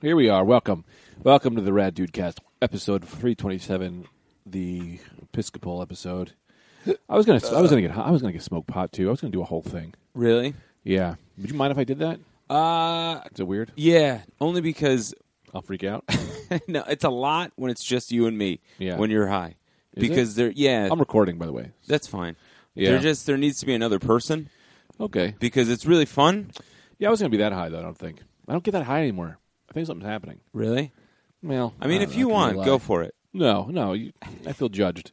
Here we are. Welcome. Welcome to the Rad Dude Cast, episode 327, the Episcopal episode. I was going to I was going to get I was going to get smoked pot too. I was going to do a whole thing. Really? Yeah. Would you mind if I did that? Uh, Is it weird? yeah. Only because I'll freak out. no, it's a lot when it's just you and me. Yeah. When you're high, it? because there, yeah, I'm recording by the way. that's fine. Yeah. There just there needs to be another person Okay. because it's really fun. Yeah, I was going to be that high though, I don't think. I don't get that high anymore. I think something's happening. Really? Well, I mean, don't if know. you I can't want, really go lie. for it. No, no, you, I feel judged.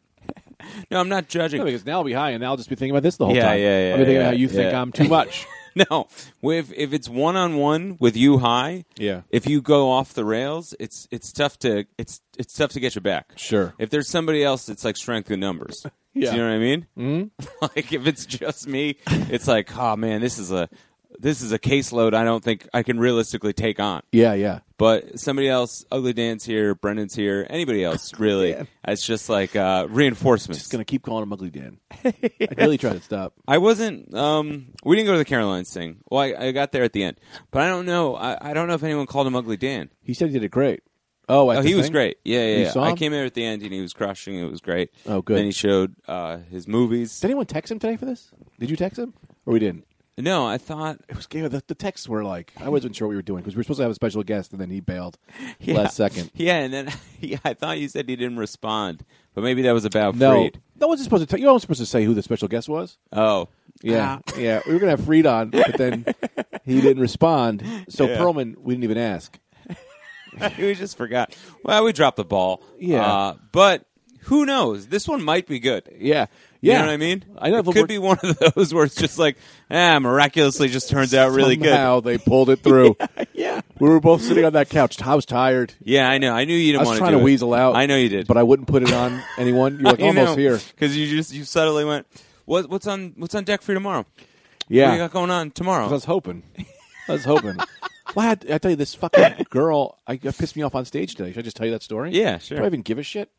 No, I'm not No, judging. because now I'll be high, and now I'll just be thinking about this the whole Yeah, time. yeah, yeah, I'll be thinking yeah, about how you think yeah. I'm too much. No, if if it's one on one with you high, Yeah. If you go off the rails, it's it's tough to it's it's tough to get you back. Sure. If there's somebody else, it's like strength in numbers. Yeah. Do you know what I mean? Mm-hmm. like if it's just me, it's like, oh man, this is a this is a caseload I don't think I can realistically take on. yeah, yeah. But somebody else, Ugly Dan's here, Brendan's here, anybody else really? It's just like uh, reinforcements. Just gonna keep calling him Ugly Dan. I really try to stop. I wasn't. Um, we didn't go to the Carolines thing. Well, I, I got there at the end, but I don't know. I, I don't know if anyone called him Ugly Dan. He said he did it great. Oh, at Oh, the he was thing? great. Yeah, yeah. You yeah. saw I him? came here at the end and he was crushing. It was great. Oh, good. Then he showed uh, his movies. Did anyone text him today for this? Did you text him or we didn't? No, I thought It was the, the texts were like I wasn't sure what we were doing because we were supposed to have a special guest and then he bailed yeah. last second. Yeah, and then yeah, I thought you said he didn't respond, but maybe that was about No, Freed. no one's supposed to. tell you weren't supposed to say who the special guest was. Oh, Yeah, yeah. We were gonna have Freed on, but then he didn't respond. So Yeah. Perlman, we didn't even ask. we just forgot. Well, we dropped the ball. Yeah. uh, but who knows? This one might be good. Yeah, yeah. You know what I mean? I know. It could be one of those where it's just like, ah, miraculously just turns out really good. How they pulled it through. Yeah. We were both sitting on that couch. I was tired. Yeah, I know. I knew you I didn't was want trying do to it. weasel out. I know you did. but I wouldn't put it on anyone. You're like almost here. Because you just, you subtly went, what, what's on, what's on deck for tomorrow? What do you Yeah, got going on I tomorrow? was hoping. I was hoping. well, I, had, I tell you, this fucking girl I, got- pissed me off on stage today. Should I just tell you that story? Yeah, sure. Do I even give a shit?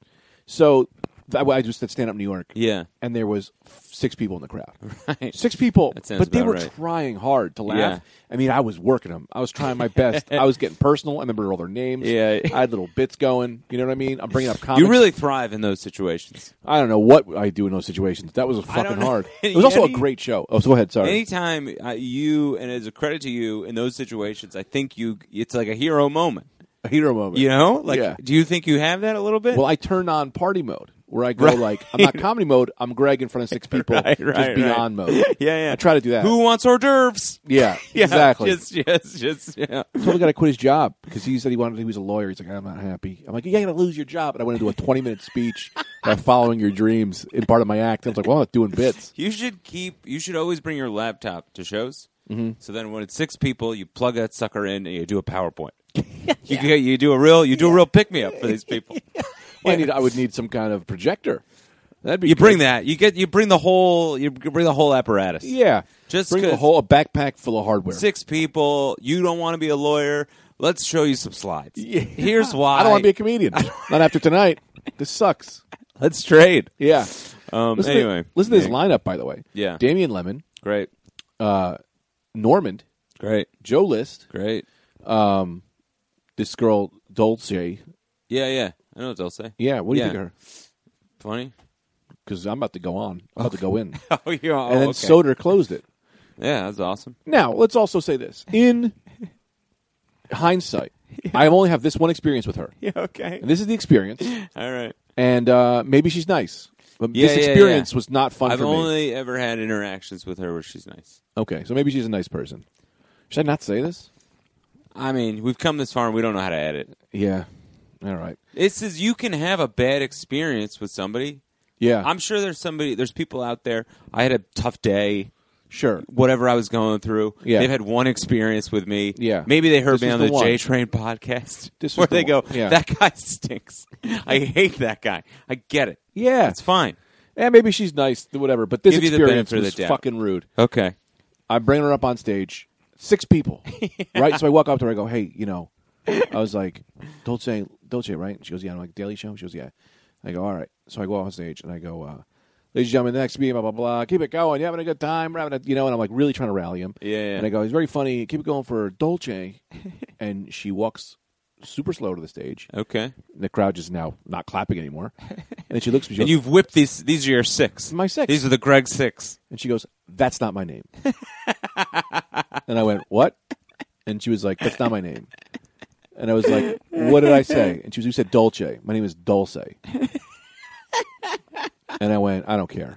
So I, I just did stand up New York. yeah. and there was f- six people in the crowd. Right. Six people, That sounds but they about were right. trying hard to laugh. Yeah. I mean, I was working them. I was trying my best. I was getting personal. I remember all their names. Yeah. I had little bits going. You know what I mean? I'm bringing up comics. You really thrive in those situations. I don't know what I do in those situations. That was don't fucking know. hard. It was also a Any- great show. Oh, so go ahead. Sorry. Anytime uh, you, and as a credit to you, in those situations, I think you, it's like a hero moment. a hero moment. You know? Like, Yeah. do you think you have that a little bit? Well, I turn on party mode where I go Right. like I'm not comedy mode. I'm Greg in front of six people, Right, just right, beyond right. mode. yeah, yeah. I try to do that. Who wants hors d'oeuvres? Yeah, Yeah, exactly. Just, uh, just, just. Yeah. totally got to quit his job because he said he wanted. He was a lawyer. He's like, I'm not happy. I'm like, you're gonna lose your job. And I went into a 20 minute speech by following your dreams in part of my act. I was like, well, I'm not doing bits. You should keep. You should always bring your laptop to shows. Mm-hmm. So then, when it's six people, you plug that sucker in and you do a PowerPoint. You get, you do a real you do a real pick me up for these people. Well, I need. I would need some kind of projector. That'd be. You bring good. that. You get you bring the whole you bring the whole apparatus. Yeah. Just bring a 'cause- whole a backpack full of hardware. Six people. You don't want to be a lawyer. Let's show you some slides. Yeah. Here's why. I don't want to be a comedian. not after tonight. This sucks. Let's trade. Yeah. Um. Listen anyway, to, listen to this Yeah. lineup, by the way. Yeah. Damian Lemon, Great. Normand, Great. Joe List, Great. this girl Dulce. Yeah. Yeah. I know what they'll say. Yeah. What do you Yeah. think of her? Funny. Because I'm about to go on. I'm about to go in. Oh, yeah. Oh, and then okay. Soder closed it. yeah, that's awesome. Now, let's also say this. In hindsight, I only have this one experience with her. Yeah. Okay. And this is the experience. All right. And uh, maybe she's nice. But Yeah, this yeah, experience yeah. was not fun I've for me. only ever had interactions with her where she's nice. Okay, so maybe she's a nice person. Should I not say this? I mean, we've come this far and we don't know how to edit. Yeah. All right. It says you can have a bad experience with somebody. Yeah. I'm sure there's somebody, there's people out there. I had a tough day, sure. whatever I was going through. Yeah. They've had one experience with me. Yeah. Maybe they heard This me is on the the, one. J Train podcast This is where the they go, one. Yeah. that guy stinks. I hate that guy. I get it. Yeah. It's fine. And maybe she's nice, whatever. But this Give you the experience benefit of the was doubt. fucking rude. Okay. I bring her up on stage, six people, right? So I walk up to her, I go, "Hey, you know," I was like, "Dolce, Dolce, right?" And she goes, "Yeah." I'm like, "Daily Show." She goes, "Yeah." I go, "All right." So I go on stage and I go, uh, "Ladies and gentlemen, the next beat, blah blah blah. Keep it going. You're having a good time. We're having a, you know." And I'm like, really trying to rally him. Yeah, yeah. And I go, "He's very funny. Keep it going for Dolce." and she walks super slow to the stage. Okay. And the crowd just now not clapping anymore. And then she looks at me she And goes, you've whipped these. These are your six. My six. These are the Greg six. and she goes, "That's not my name." and I went, "What?" And she was like, "That's not my name." And I was like, "What did I say?" And she was, "You said Dolce. My name is Dulce." and I went, "I don't care."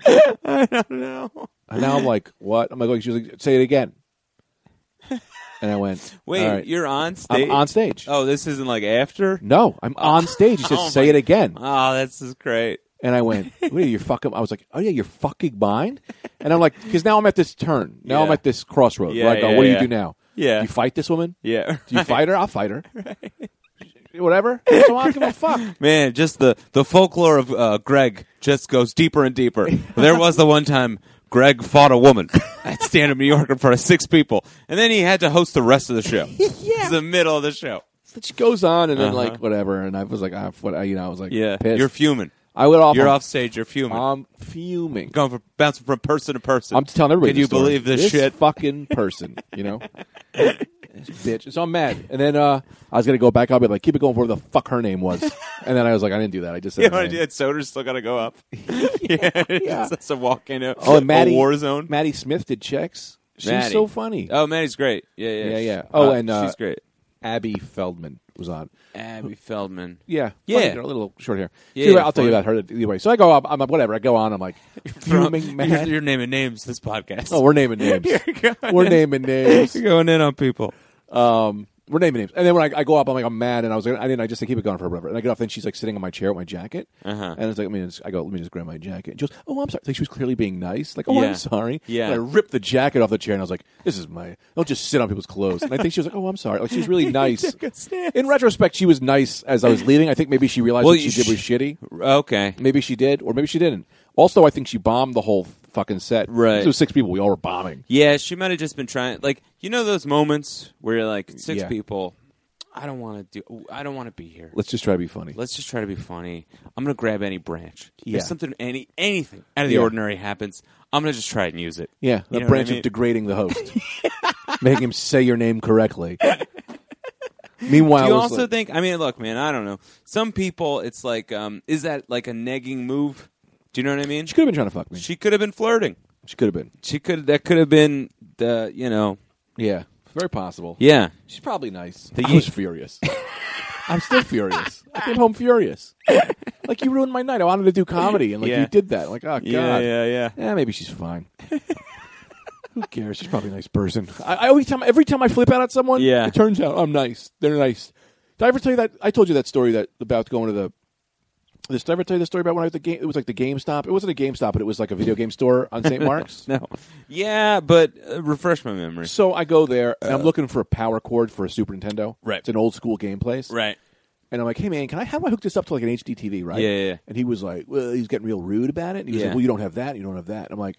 No. And now I'm like, "What?" I'm like, oh, she was like, "Say it again." And I went, Wait, "All right." you're on stage. I'm on stage." Mm. Oh, this isn't like after. No, I'm on stage. He says, Oh "Say my- it again." Oh, this is great. And I went, "What are you you're fucking?" I was like, "Oh yeah, you're fucking mine." And I'm like, because now I'm at this turn. Now I'm Yeah. at this crossroad. Yeah, where I go, yeah, "What do yeah. you do now? Yeah. Do you fight this woman? Yeah. Do you fight her? I'll fight her. Whatever. So I don't give a fuck. Man, just the the folklore of uh, Greg just goes deeper and deeper. there was the one time Greg fought a woman at stand up New York in front of six people, and then he had to host the rest of the show. yeah, the middle of the show. So she goes on and then Uh-huh. like whatever. And I was like, ah, what, you know, I was like, Yeah, pissed. you're fuming. I went off. You're I'm, off stage. You're fuming. I'm fuming. Going from bouncing from person to person. I'm telling everybody. Can you this story. believe this, this shit? Fucking person, you know. This bitch. So I'm mad. And then uh, I was gonna go back up and like keep it going for whatever the fuck her name was. and then I was like, I didn't do that. I just said. You her know what I name. did? Soda's still got to go up. yeah, yeah. that's a walk in a, Oh, and Maddie a war zone. Maddie Smith did checks. She's Maddie. so funny. Oh, Maddie's great. Yeah, yeah, Yeah, She- yeah. Oh, and, uh, she's great. Abby Feldman was on. Abby Feldman. Yeah, Yeah. Funny girl, a little short hair. Yeah, So anyway, yeah, I'll tell you about her anyway. So I go up, I'm up, whatever. I go on, I'm like fuming You're, mad. you're naming names this podcast. Oh, we're naming names. You're going we're in. naming names. You're going in on people. Um, we're naming names. And then when I, I go up, I'm like I'm mad, and I was like, I didn't. I just like, keep it going for whatever. And I get off, and she's like sitting on my chair with my jacket, Uh-huh. and it's like, I mean, it's, I go, let me just grab my jacket. And she goes, oh, I'm sorry. Like she was clearly being nice. Like, oh, Yeah. I'm sorry. Yeah. And I ripped the jacket off the chair, and I was like, this is my. Don't just sit on people's clothes. And I think she was like, oh, I'm sorry. Like she was really nice. took a stance. In retrospect, she was nice as I was leaving. I think maybe she realized Well, what she you did was sh- shitty. Okay. Maybe she did, or maybe she didn't. Also, I think she bombed the whole fucking set. Right. There was six people. We all were bombing. Yeah, she might have just been trying. Like you know those moments where you're like six Yeah. people. I don't want to do. I don't want to be here. Let's just try to be funny. Let's just try to be funny. I'm gonna grab any branch. Yeah. If something any anything out of the Yeah. ordinary happens, I'm gonna just try and use it. yeah, You the know what branch I mean? of degrading the host, making him say your name correctly. Meanwhile, Do you it's also like- think? I mean, look, man. I don't know. Some people, it's like, um, is that like a negging move? Do you know what I mean? she could have been trying to fuck me. She, She could have been flirting. could have been. She could. That could have been the. You know. Yeah, very possible. Yeah. she's probably nice. The I was yin- furious. I'm still furious. I came home furious. Like you ruined my night. I wanted to do comedy, and like Yeah. you did that. Like oh god. Yeah. Yeah. Yeah. Yeah, Eh, maybe she's fine. Who cares? She's probably a nice person. I, I always time every time I flip out at someone, Yeah. it turns out I'm nice. They're nice. Did I ever tell you that? I told you that story that about going to the. This, did I ever tell you the story about when I was at the game? It was like the GameStop. It wasn't a GameStop, but it was like a video game store on St. Mark's. No. Yeah, but uh, refresh my memory. So I go there and I'm looking for a power cord for a Super Nintendo. Uh. Right. It's an old school game place. Right. And I'm like, hey man, can I how do I hook this up to like an HD TV, right? Yeah, yeah, yeah. And he was like, well, he was getting real rude about it. And he was Yeah. like, well, you don't have that, you don't have that. I'm like,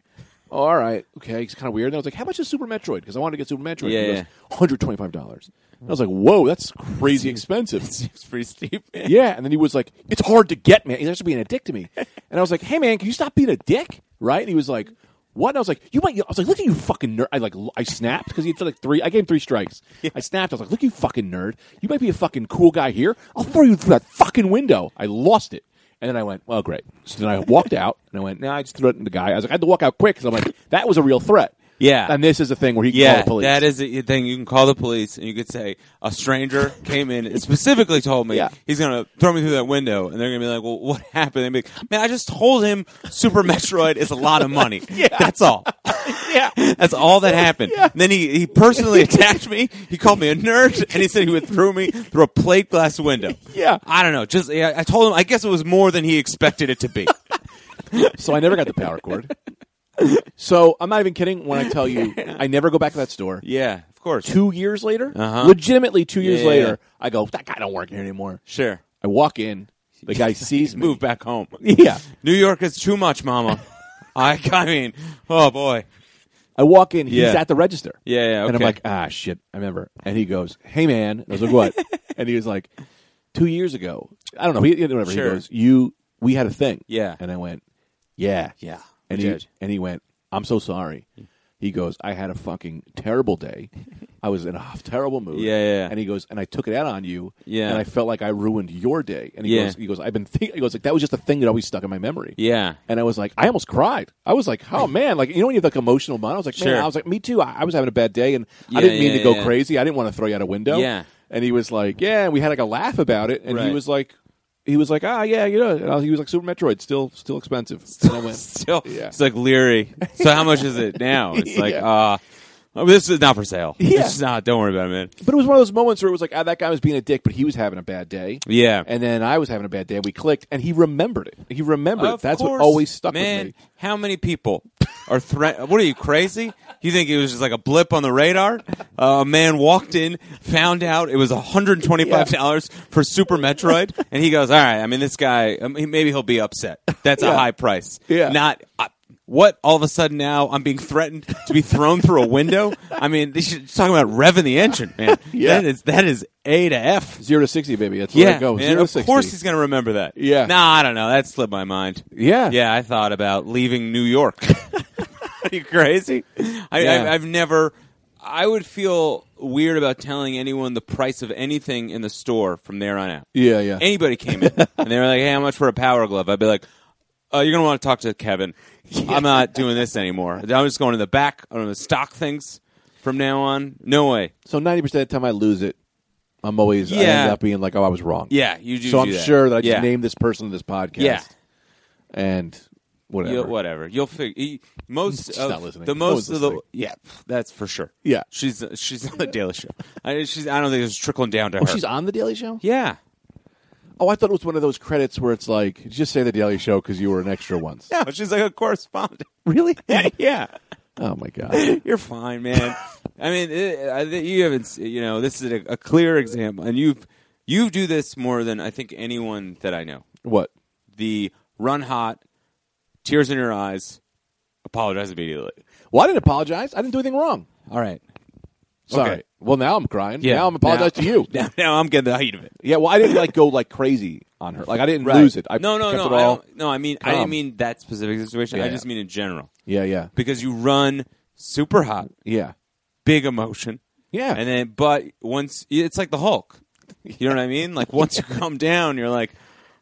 oh, all right, okay, it's kind of weird. And I was like, how much is Super Metroid? Because I wanted to get Super Metroid. Yeah, he goes, yeah. $125. And I was like, whoa, that's crazy expensive. Seems pretty steep. yeah. And then he was like, it's hard to get, man. He's actually being a dick to me. And I was like, hey man, can you stop being a dick? Right? And he was like, what? And I was like, you might. I was like, look at you, fucking nerd. I like, l- I snapped because he had like three. I gave him three strikes. I snapped. I was like, look, you fucking nerd. You might be a fucking cool guy here. I'll throw you through that fucking window. I lost it. And then I went, well, great. So then I walked out and I went, nah, I just threatened the guy. I was like, I had to walk out quick because I'm like, that was a real threat. Yeah. And this is a thing where he can call Yeah, the police. that is a thing. You can call the police and you could say, a stranger came in and specifically told me Yeah. he's going to throw me through that window. And they're going to be like, well, what happened? And they'd be like, man, I just told him Super Metroid is a lot of money. yeah. That's all. yeah. That's all that happened. And then he, he personally attacked me. He called me a nerd, and he said he would throw me through a plate glass window. Yeah. I don't know. Just yeah, I told him. I guess it was more than he expected it to be. So I never got the power cord. So I'm not even kidding when I tell you I never go back to that store. yeah, of course. Two years later, Uh-huh. legitimately two years Yeah, yeah, later, yeah. I go, that guy don't work here anymore. Sure. I walk in, the guy sees me. Move back home. Yeah. New York is too much, Mama. I, I mean, oh boy. I walk in, he's Yeah. at the register. Yeah, yeah. Okay. And I'm like, ah, shit, I remember. And he goes, hey, man. And I was like, what? and he was like, two years ago, I don't know, he, whatever. Sure. He goes, you, we had a thing. Yeah. And I went, yeah. yeah. And we he, did. and he went, I'm so sorry. He He goes, I had a fucking terrible day. I was in a terrible mood. Yeah, yeah, yeah. And he goes, and I took it out on you. Yeah. And I felt like I ruined your day. And he Yeah. goes, he goes, I've been thinking. He goes, like that was just a thing that always stuck in my memory. Yeah. And I was like, I almost cried. I was like, oh man, like you know when you have like emotional moment. I was like, man, Sure. I was like, me too. I, I was having a bad day, and Yeah, I didn't mean yeah, to go yeah. crazy. I didn't want to throw you out a window. Yeah. And he was like, yeah. And we had like a laugh about it, and he Right. was like, he was like, ah, yeah, you know. And I was, he was like, Super Metroid, still, still expensive. And I went, Still, Yeah. it's like Leary. So how much is it now? It's like, Yeah. uh, oh, this is not for sale. Yeah. It's not. Don't worry about it, man. but it was one of those moments where it was like, ah, that guy was being a dick, but he was having a bad day. Yeah. And then I was having a bad day. We clicked, and he remembered it. He remembered it. Of That's course, what always stuck man, with me. How many people are threat? What are you crazy? You think it was just like a blip on the radar? Uh, a man walked in, found out it was $125 for Super Metroid, and he goes, "All right, I mean, this guy, I mean, maybe he'll be upset. That's a Yeah. high price. Yeah. not." Uh, what all of a sudden now I'm being threatened to be thrown through a window? I mean, they should talking about revving the engine, man. Yeah. That is that is A to F. Zero to sixty, baby. That's where Yeah, it goes. man, Zero to of 60. course he's going to remember that. Yeah. Nah, I don't know. That slipped my mind. Yeah. Yeah, I thought about leaving New York. Are you crazy? I, Yeah. I, I've never. I would feel weird about telling anyone the price of anything in the store from there on out. Yeah, yeah. Anybody came in and they were like, "Hey, how much for a power glove?" I'd be like, uh, "You're gonna want to talk to Kevin. I'm not doing this anymore. I'm just going to the back. I'm gonna stock things from now on. No way. so ninety percent of the time I lose it. I'm always I Yeah. end up being like, oh, I was wrong. Yeah, you do. So I'm do sure that I just yeah. named this person in this podcast. Yeah. And whatever. You'll, whatever. You'll figure. Most She's of not listening. the No most one's of the listening. yeah, that's for sure. Yeah. she's she's on the Daily Show. I, she's I don't think it's trickling down to Oh, her. she's on the Daily Show. yeah. Oh, I thought it was one of those credits where it's like, just say the Daily Show because you were an extra once. No, she's like a correspondent. Really? yeah, oh my god. you're fine, man. I mean, it, I, think you haven't. s- You know, this is a, a clear example, and you've you do this more than I think anyone that I know. What? The run hot, tears in your eyes, apologize immediately. Well, I didn't apologize. I didn't do anything wrong. All right. Sorry. Okay. Well, now I'm crying. Yeah. Now I'm apologize Now- to you. Now, now I'm getting the heat of it. Yeah. Well, I didn't like go like crazy on her. Like I didn't Right. lose it. I no, no, kept no. It I all. don't. No, I mean, I calm. didn't mean that specific situation. I Yeah. just mean in general Yeah. Yeah. because you run super hot, Yeah. big emotion, Yeah. and then but once it's like the Hulk. You know what I mean? Like once you come down, you're like,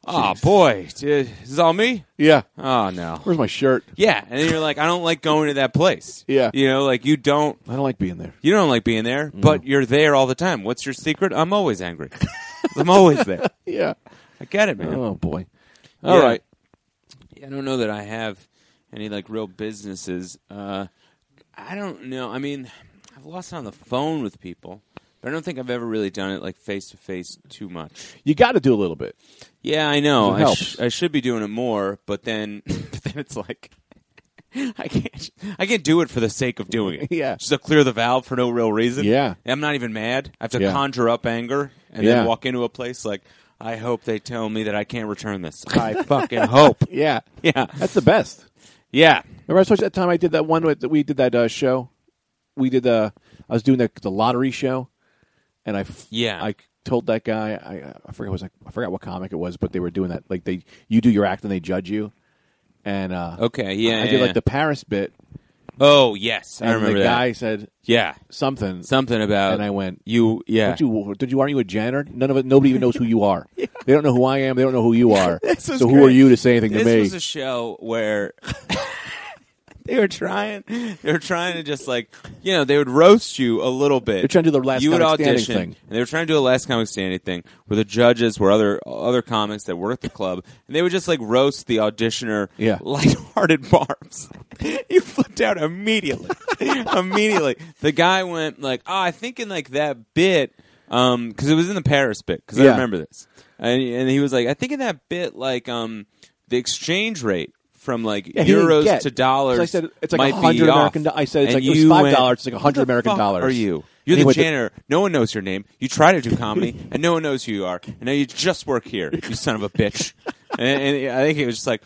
oh boy, dude, is this all me? yeah. Oh no. Where's my shirt? Yeah, and then you're like, I don't like going to that place. Yeah. you know, like you don't I don't like being there. you don't like being there, Mm. but you're there all the time. What's your secret? I'm always angry. I'm always there. Yeah. I get it, man. Oh boy. All right. Yeah, I don't know that I have any like real businesses. Uh, I don't know. I mean, I've lost it on the phone with people, but I don't think I've ever really done it like face to face too much. You got to do a little bit. Yeah, I know. It I, helps. sh- I should be doing it more, but then, but then it's like. I can't. I can't do it for the sake of doing it. Yeah. just to clear the valve for no real reason. Yeah. I'm not even mad. I have to Yeah. conjure up anger and Yeah. then walk into a place like, I hope they tell me that I can't return this. I fucking hope. Yeah. Yeah. That's the best. Yeah. Remember, I told you that time I did that one with that we did that uh, show. We did the. I was doing the the lottery show, and I f- Yeah. I told that guy I I forgot it was like I forgot what comic it was, but they were doing that like they you do your act and they judge you, and uh, Okay, yeah, I yeah, did yeah. like the Paris bit. Oh yes, I and remember the that. guy said yeah, something, something about. and I went. you yeah. Don't you, did you aren't you a janitor? None of it. Nobody even knows who you are. They don't know who I am. They don't know who you are. This was so who great. are you to say anything this to me? was a show where they were trying. They were trying to just like you know they would roast you a little bit. They're trying to do the last you would comic standing audition, thing. and they were trying to do a last comic standing thing where the judges were other other comics that were at the club, and they would just like roast the auditioner. Yeah. lighthearted barbs. you flipped out immediately. immediately, the guy went like, "Oh, I think in like that bit." Because it was in the Paris bit, because I Yeah. remember this, and, and he was like, "I think in that bit, like um, the exchange rate from like Yeah, he didn't euros get. to dollars. So I said it's like might a be hundred off. American. do- I said it's And like it was you five went, dollars. It's like a "Who the hundred American fuck dollars. Are you? You're And he the went to- janitor. no one knows your name. You try to do comedy, and no one knows who you are. And now you just work here. You son of a bitch. and, and I think it was just like.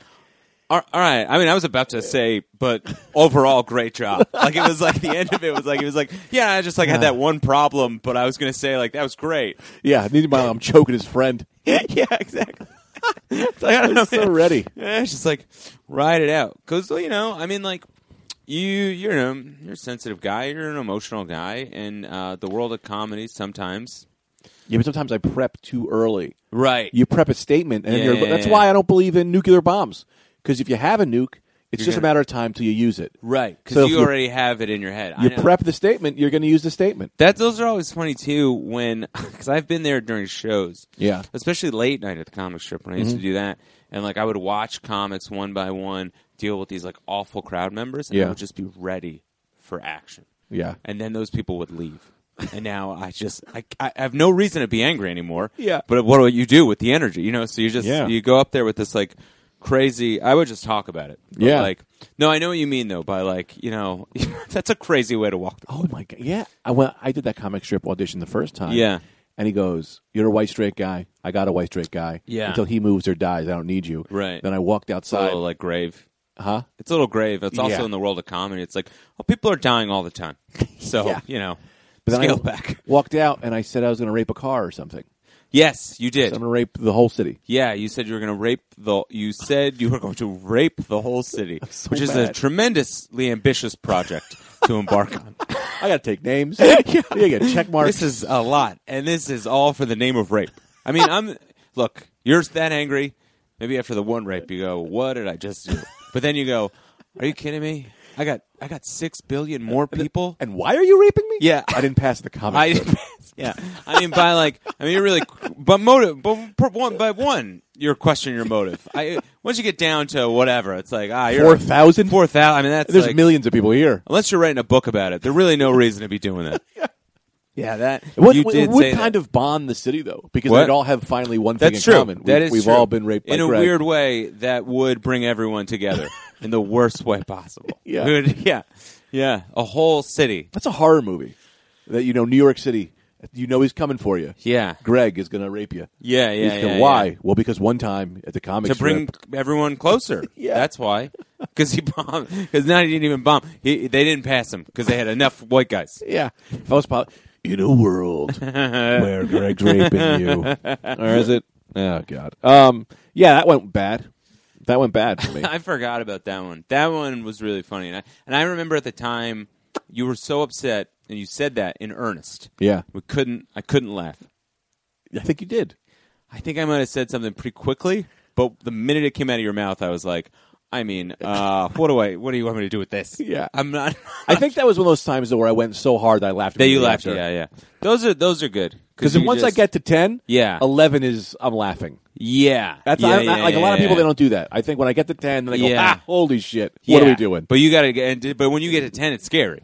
All all right. I mean, I was about to say, but overall, great job. Like it was like the end of it was like it was like yeah, I just like had that one problem, but I was gonna say like that was great. Yeah, meanwhile I'm choking his friend. yeah, exactly. It's like, I don't know, So man. ready. Yeah, it's just like ride it out because you know, I mean, like you you know you're a sensitive guy. You're an emotional guy, and uh, the world of comedy sometimes. Yeah, but sometimes I prep too early. Right. You prep a statement, and Yeah, you're, yeah, that's yeah. why I don't believe in nuclear bombs. Because if you have a nuke, it's You're just a gonna- matter of time till you use it. right. Because So if you you- already have it in your head. I You know. prep the statement, you're going to use the statement. That those are always funny too. When because I've been there during shows. Yeah. Especially late night at the comic strip when I used to do that, and like I would watch comics one by one deal with these like awful crowd members, and I Yeah. would just be ready for action. Yeah. And then those people would leave. And now I just I, I have no reason to be angry anymore. Yeah. But what do you do with the energy? You know, so you just Yeah. you go up there with this like crazy. I would just talk about it. But, Yeah. Like no, I know what you mean though. By like you know that's a crazy way to walk. The- Oh my god! Yeah, I went. I did that comic strip audition the first time. Yeah. and he goes, "You're a white straight guy. I got a white straight guy. Yeah. until he moves or dies, I don't need you. Right. Then I walked a outside. little like grave. huh? It's a little grave. It's also Yeah. in the world of comedy. It's like, oh, people are dying all the time. So, Yeah. you know, then scale I back. Walked out and I said I was going to rape a car or something. Yes, you did. I'm going to rape the whole city. Yeah, you said you were going to rape the. You said you were going to rape the whole city, so which is a mad. tremendously ambitious project to embark on. I got to take names. yeah. You get check marks. This is a lot, and this is all for the name of rape. I mean, I'm look. You're that angry. Maybe after the one rape, you go, "What did I just do?" But then you go, "Are you kidding me? I got I got six billion more people." and why are you raping me? Yeah. I didn't pass the comic. I strip. yeah. I mean, by like, I mean, you're really, but motive, but per one by one, you're questioning your motive. I once you get down to whatever, it's like ah, you're four thousand. four thousand. I mean, that's There's like, millions of people here. unless you're writing a book about it, there's really no reason to be doing that. yeah, that What, you what, did it would say kind that. of bond the city though, because What? they'd all have finally one thing That's in true. common. that We've- is we've true. all been raped in by a Greg. weird way that would bring everyone together in the worst way possible. Yeah. It would- yeah, yeah, a whole city. That's a horror movie. That you know, New York City. You know he's coming for you. Yeah, Greg is going to rape you. yeah, yeah. He's yeah, gonna- yeah. why? Well, because one time at the comic to bring strip- everyone closer. Yeah. that's why. Because he bombed. Because now he didn't even bomb. He, they didn't pass him because they had enough white guys. yeah, if I was pop- in a world where Greg's raping you, or is it? Oh God. Um. Yeah, that went bad. That went bad for me. I forgot about that one. That one was really funny, and I and I remember at the time you were so upset and you said that in earnest. yeah, We couldn't. I couldn't laugh. I think you did. I think I might have said something pretty quickly, but the minute it came out of your mouth, I was like, I mean, uh, what do I? What do you want me to do with this? Yeah. I'm not. I think that was one of those times though where I went so hard that I laughed. that you immediately laughed. after. Yeah, yeah. Those are those are good Because you once I just- get to ten, Yeah. eleven is I'm laughing. yeah, That's yeah, I, yeah, like a yeah, lot of people. yeah. They don't do that. I think when I get to ten, then I go, Yeah. ah, holy shit, what are Yeah. we doing? But you got to get. and- But when you get to ten, it's scary.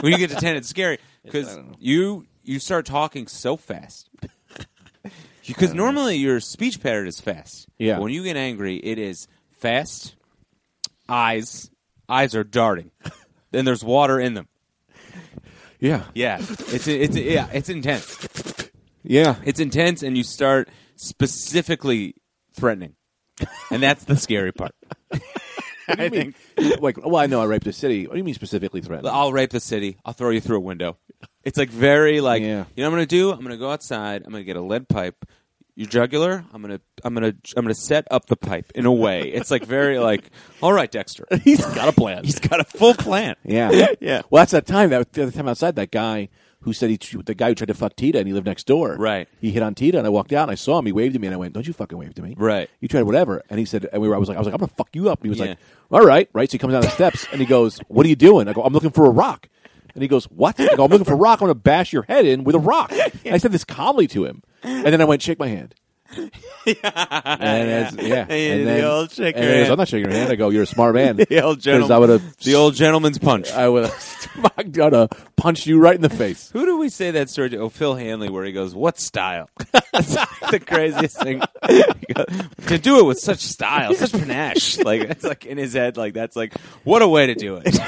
when you get to ten, it's scary because you you start talking so fast. Because normally your speech pattern is fast. Yeah. But when you get angry, it is fast. Eyes, eyes are darting. Then there's water in them. yeah, Yeah, it's it's yeah, it's intense. yeah. It's intense, and you start specifically threatening, and that's the scary part. I think like, well, I know I raped a city. What do you mean specifically threatened? I'll rape the city. I'll throw you through a window. It's like very like Yeah. you know what I'm gonna do? I'm gonna go outside, I'm gonna get a lead pipe, your jugular, I'm gonna I'm gonna I'm gonna set up the pipe in a way. It's like very like all right, Dexter. He's got a plan. He's got a full plan. yeah, Yeah. Well, that's that time. That the other time outside, that guy who said he, the guy who tried to fuck Tita and he lived next door. Right. He hit on Tita, and I walked out and I saw him. He waved to me, and I went, "Don't you fucking wave to me." Right. You tried whatever, and he said, and we were. I was like, I was like, I'm gonna fuck you up. And he was Yeah. like, All right, right. So he comes down the steps and he goes, "What are you doing?" I go, "I'm looking for a rock." And he goes, "What?" I go, "I'm looking for a rock. I'm gonna bash your head in with a rock." And I said this calmly to him, and then I went, "Shake my hand." And that's- And yeah. you And did the then- old shake and your he goes, hand. I'm not shaking your hand. I go, you're a smart man. The old 'Cause I would gentleman have, The old gentleman's punch. I would have, I'm gonna punch you right in the face. Who do we say that story to? Oh, Phil Hanley, where he goes, "What style?" That's the craziest thing He goes, to do it with such style, such panache. Like it's like in his head, like that's like what a way to do it.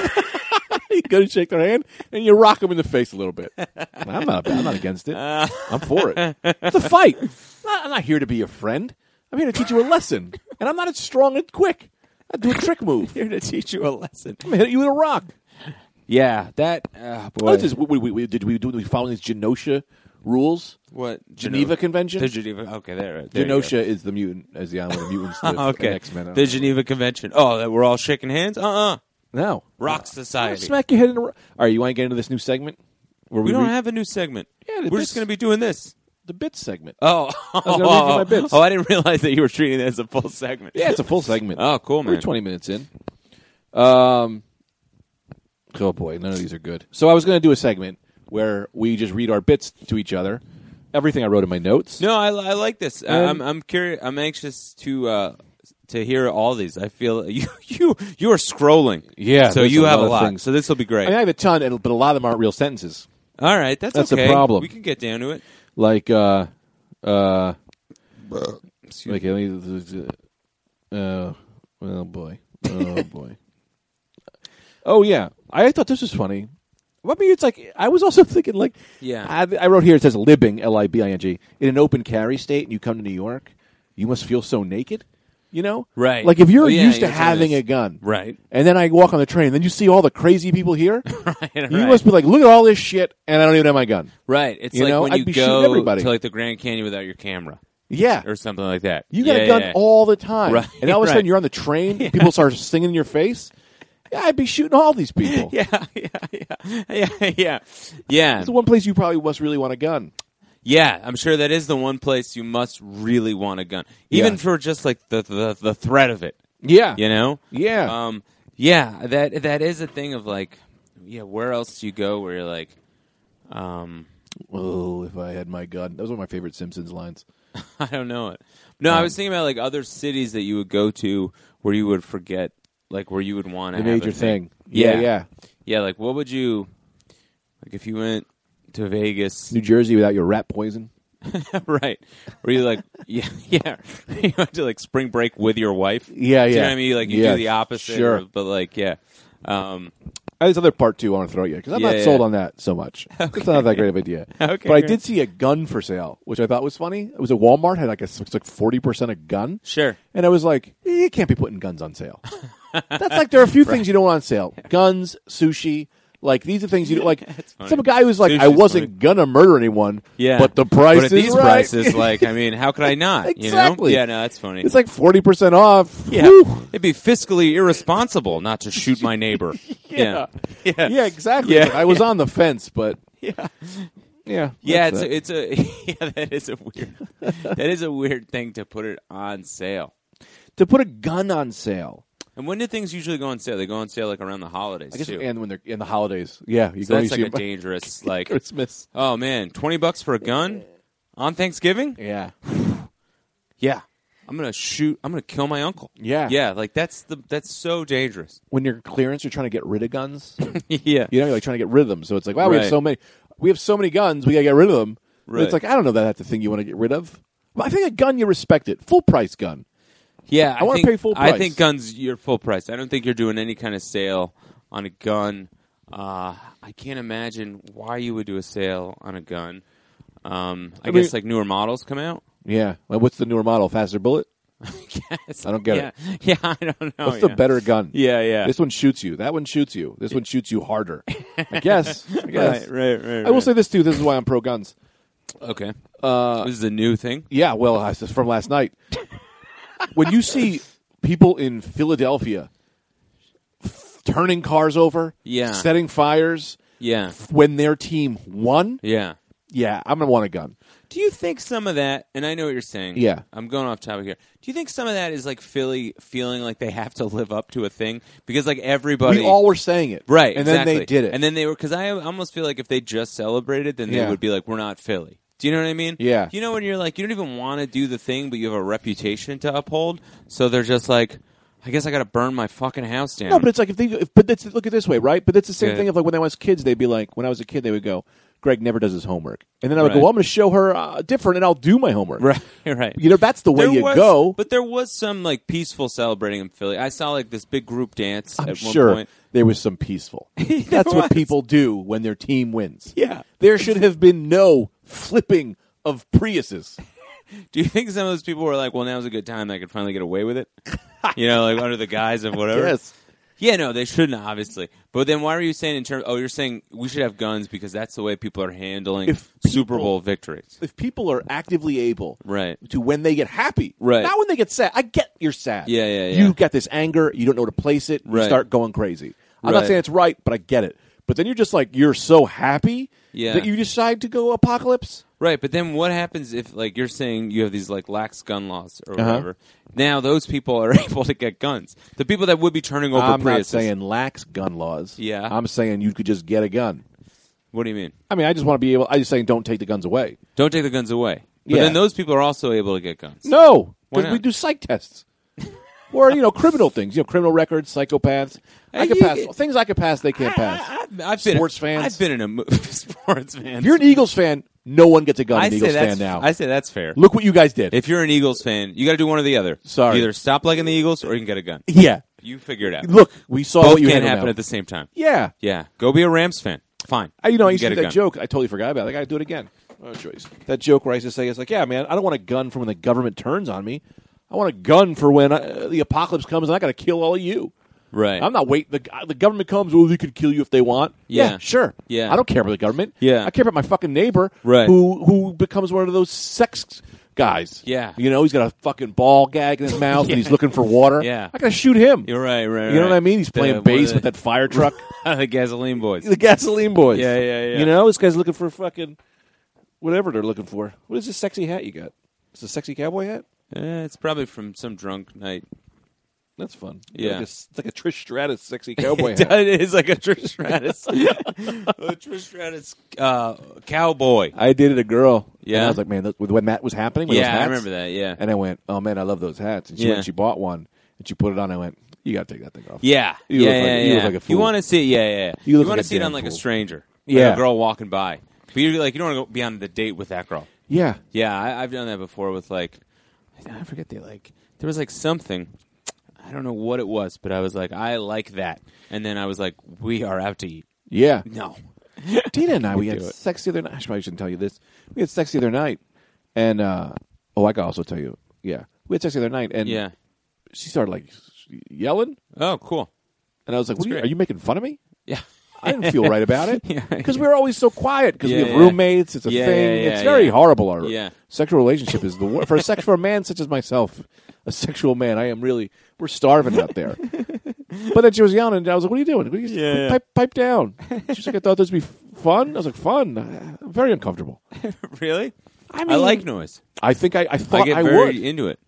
you go to shake their hand and you rock them in the face a little bit. I'm not, I'm not against it. I'm for it. It's a fight. I'm not, I'm not here to be your friend. I'm here to teach you a lesson. And I'm not as strong and quick. I do a trick move. Here to teach you a lesson. I'm gonna hit you with a rock. Yeah, that uh, boy. What is this? We, we, we, did we do we following these Genosha rules? What Geneva Convention? The Geneva. Okay, there. there you go. Genosha is the mutant, as the island of mutants live. Okay. X Men. The Geneva Convention. Oh, that we're all shaking hands. Uh uh No. Rock I'll Society. Smack your head in the. Ro- All right, you want to get into this new segment? Where we don't read have a new segment. Yeah, We're this- just going to be doing this. the bits segment. Oh, gonna read you my bits. oh, I didn't realize that you were treating it as a full segment. yeah, it's a full segment. Oh, cool, We're man. 20 minutes in. Um, oh, boy. None of these are good. So I was going to do a segment where we just read our bits to each other. Everything I wrote in my notes. No, I, I like this. I- Um, I'm I'm curious. I'm anxious to uh, to hear all these. I feel you you you are scrolling. Yeah, so there's you a have lot a of lot. things. So this will be great. I mean, I have a ton, and- but a lot of them aren't real sentences. all right, that's, That's the okay. problem. We can get down to it. Like, uh, uh, Excuse like, uh, well, boy. Oh, boy. Oh, yeah. I thought this was funny. I mean, it's like, I was also thinking, like, Yeah. I, I wrote here, it says libbing, L I B I N G, in an open carry state, and you come to New York, you must feel so naked, you know? Right. Like, if you're Oh, yeah, used to that's what it having is. a gun, Right. and then I walk on the train, then you see all the crazy people here, Right, you right. must be like, look at all this shit, and I don't even have my gun. Right. It's You like know, when I'd you be shooting go everybody. to like the Grand Canyon without your camera Yeah. or something like that. You got Yeah, a gun yeah. all the time, Right, and all of a right. sudden you're on the train. People start singing in your face. Yeah, I'd be shooting all these people. Yeah, yeah, yeah, yeah, yeah, yeah. It's the one place you probably must really want a gun. Yeah, I'm sure that is the one place you must really want a gun, even Yeah. for just like the, the the threat of it. Yeah, You know? yeah, Um, yeah, that that is a thing of like, yeah, where else do you go where you're like, um, Oh, if I had my gun, that was one of my favorite Simpsons lines. I don't know it. No, Um, I was thinking about like other cities that you would go to where you would forget, like where you would want to The have major a thing. thing. Yeah, Yeah. yeah, Yeah, like what would you like if you went to Vegas? New Jersey without your rat poison. right. Were you like, yeah, yeah? you went to like spring break with your wife? Yeah, yeah. Do you know what I mean? Like you Yeah, do the opposite, Sure. or- but like, yeah. Um, I have this other part too I want to throw at you because I'm Yeah, not yeah. sold on that so much. It's not that great of an idea. Okay, but I great. did see a gun for sale, which I thought was funny. It was at Walmart had like a it's like forty percent a gun. sure. And I was like, "Eh, you can't be putting guns on sale. That's like there are a few things you don't want on sale: guns, sushi. Like these are things you don't like. Some guy who's like, I Sushi's wasn't funny. gonna murder anyone, Yeah, but the price But at is these right. prices, like, I mean, how could I not? Exactly. You know? Yeah, no, that's funny. it's like forty percent off. yeah, Whew. it'd be fiscally irresponsible not to shoot my neighbor. Yeah. yeah, yeah, yeah, exactly. Yeah. Like, I was on the fence, but yeah. yeah, Yeah, that's it's it. a, it's a yeah. That is a weird. that is a weird thing to put it on sale. to put a gun on sale. And when do things usually go on sale? They go on sale like around the holidays I guess, too. and when they're in the holidays, yeah, you so go that's you like see a them by dangerous like. Christmas. Oh man, twenty bucks for a gun on Thanksgiving? Yeah, Yeah, I'm gonna shoot. I'm gonna kill my uncle. Yeah. yeah. Like that's the that's so dangerous. when you're clearance, you're trying to get rid of guns. yeah, You know, you're like trying to get rid of them. So it's like, wow, we have Right. so many, we have so many guns. We gotta get rid of them. And Right. It's like I don't know that that's the thing you want to get rid of. But I think a gun you respect it, full price gun. yeah. I, wanna think- pay full I price. think guns. You're full price. I don't think you're doing any kind of sale on a gun. Uh, I can't imagine why you would do a sale on a gun. Um, I, I mean- guess like newer models come out. Yeah. Like, what's the newer model? Faster bullet? Yes. I don't get yeah. it. Yeah, I don't know. Oh, What's yeah. the better gun? Yeah, yeah. This one shoots you. That one shoots you. This one shoots you harder. I guess. I guess. Right, right, right. I will right. say this too. This is why I'm pro guns. Okay. Uh, this is a new thing. Yeah. Well, uh, this is from last night. when you see people in Philadelphia f- turning cars over, Yeah. setting fires Yeah. when their team won, Yeah. Yeah, I'm gonna want a gun. Do you think some of that? And I know what you're saying. Yeah. I'm going off topic here. Do you think some of that is like Philly feeling like they have to live up to a thing because like everybody, We all were saying it, right? And then they exactly. did it, and then they were because I almost feel like if they just celebrated, then Yeah. they would be like, we're not Philly. Do you know what I mean? Yeah. You know when you're like you don't even want to do the thing, but you have a reputation to uphold, so they're just like, I guess I got to burn my fucking house down. no, but it's like if they, if, but that's look at it this way, right? But that's the same Yeah. thing of like when I was kids, they'd be like, when I was a kid, they would go, Greg never does his homework, and then I would go, Right. well, I'm gonna show her uh, different, and I'll do my homework, right, right. You know, that's the way There you was- go. But there was some like peaceful celebrating in Philly. I saw like this big group dance I'm at sure one point. there was some peaceful. There that's was. what people do when their team wins. Yeah. there should have been no flipping of Priuses. Do you think some of those people were like, "Well, now's a good time. I could finally get away with it," you know, like under the guise of whatever. Yes. Yeah, no, they shouldn't obviously. But then why are you saying in terms? Oh, you're saying we should have guns because that's the way people are handling If Super people- Bowl victories. If people are actively able Right. to when they get happy, Right. not when they get sad. I get you're sad. Yeah, yeah, yeah. You get this anger. You don't know to place it. Right. You start going crazy. I'm not Right. saying it's right, but I get it. But then you're just like you're so happy Yeah. that you decide to go apocalypse. Right, but then what happens if, like, you're saying you have these like lax gun laws or Uh-huh. whatever? Now those people are able to get guns. The people that would be turning over I'm Priuses. not saying lax gun laws. Yeah. I'm saying you could just get a gun. What do you mean? I mean, I just want to be able. I just saying don't take the guns away. Don't take the guns away. But Yeah. then those people are also able to get guns. No, Why because not? we do psych tests, or you know, criminal things. You know, criminal records, psychopaths. I Hey, could you- pass things I could pass. They can't pass. I, have been Sports fans. I've been in a mo- sports fan. if you're an Eagles fan, no one gets a gun. I an say Eagles that's fan now. I say that's fair. Look what you guys did. If you're an Eagles fan, you got to do one or the other. Sorry. either stop liking the Eagles or you can get a gun. yeah, You figure it out. look, we saw both what you can't handled happen now. at the same time. yeah, Yeah, go be a Rams fan. Fine. I, you know, I can used get to do a that gun. joke. I totally forgot about. it. I got to do it again. Oh, choice. That joke where I used to say, "It's like, yeah, man, I don't want a gun for when the government turns on me. I want a gun for when uh the apocalypse comes and I got to kill all of you." Right. I'm not waiting. The, the government comes. Well, they could kill you if they want. Yeah. sure. Yeah. I don't care about the government. Yeah. I care about my fucking neighbor. Right. Who who becomes one of those sex guys? Yeah. You know, he's got a fucking ball gag in his mouth and he's looking for water. Yeah. I gotta shoot him. You're right, right. you know what right. I mean? He's The- playing one of bass the- with that fire truck. the gasoline boys. Eh, the gasoline boys. Yeah, yeah, yeah. You know, this guy's looking for fucking whatever they're looking for. What is this sexy hat you got? It's a sexy cowboy hat. Eh, it's probably from some drunk night. That's fun. Yeah. Like a- it's like a Trish Stratus sexy cowboy hat. it is like a Trish Stratus, a Trish Stratus uh, cowboy. I dated a girl. Yeah. and I was like, man, th- when that was happening, with those Yeah, I hats, remember that. Yeah, And I went, oh man, I love those hats. And she Yeah. went, and she bought one and she put it on. I went, you got to take that thing off. yeah, You yeah, look like- yeah, you look yeah. like a fool. want to see? Yeah, yeah. yeah. You look want like to a see it on damn like a fool. stranger, Yeah. like a girl walking by. But you're like, you don't want to go be on the date with that girl. yeah. Yeah, I, I've done that before with like, I forget the like. There was like something, I don't know what it was, but I was like, I like that, and then I was like, we are out to eat. Yeah. No, Tina and I, we had do it. sex the other night. I probably shouldn't tell you this. We had sex the other night. And, uh, oh, I can also tell you. Yeah. We had sex the other night. And yeah. she started like yelling. Oh, cool. And I was like, what are, you, great. are you making fun of me? Yeah. I didn't feel right about it Yeah. because we were always so quiet because Yeah, we have yeah. roommates. It's a Yeah, thing. yeah, yeah, it's very yeah. horrible. Our Yeah. sexual relationship is the wor- for a sex for a man such as myself, a sexual man. I am really we're starving out there. but then she was yelling, and I was like, "What are you doing? What are you, Yeah, yeah. Pipe, pipe down." She's like, "I thought this would be f- fun." I was like, "Fun? Uh, very uncomfortable." Really? I mean- like noise. I think I, I I thought get I, very would. into it.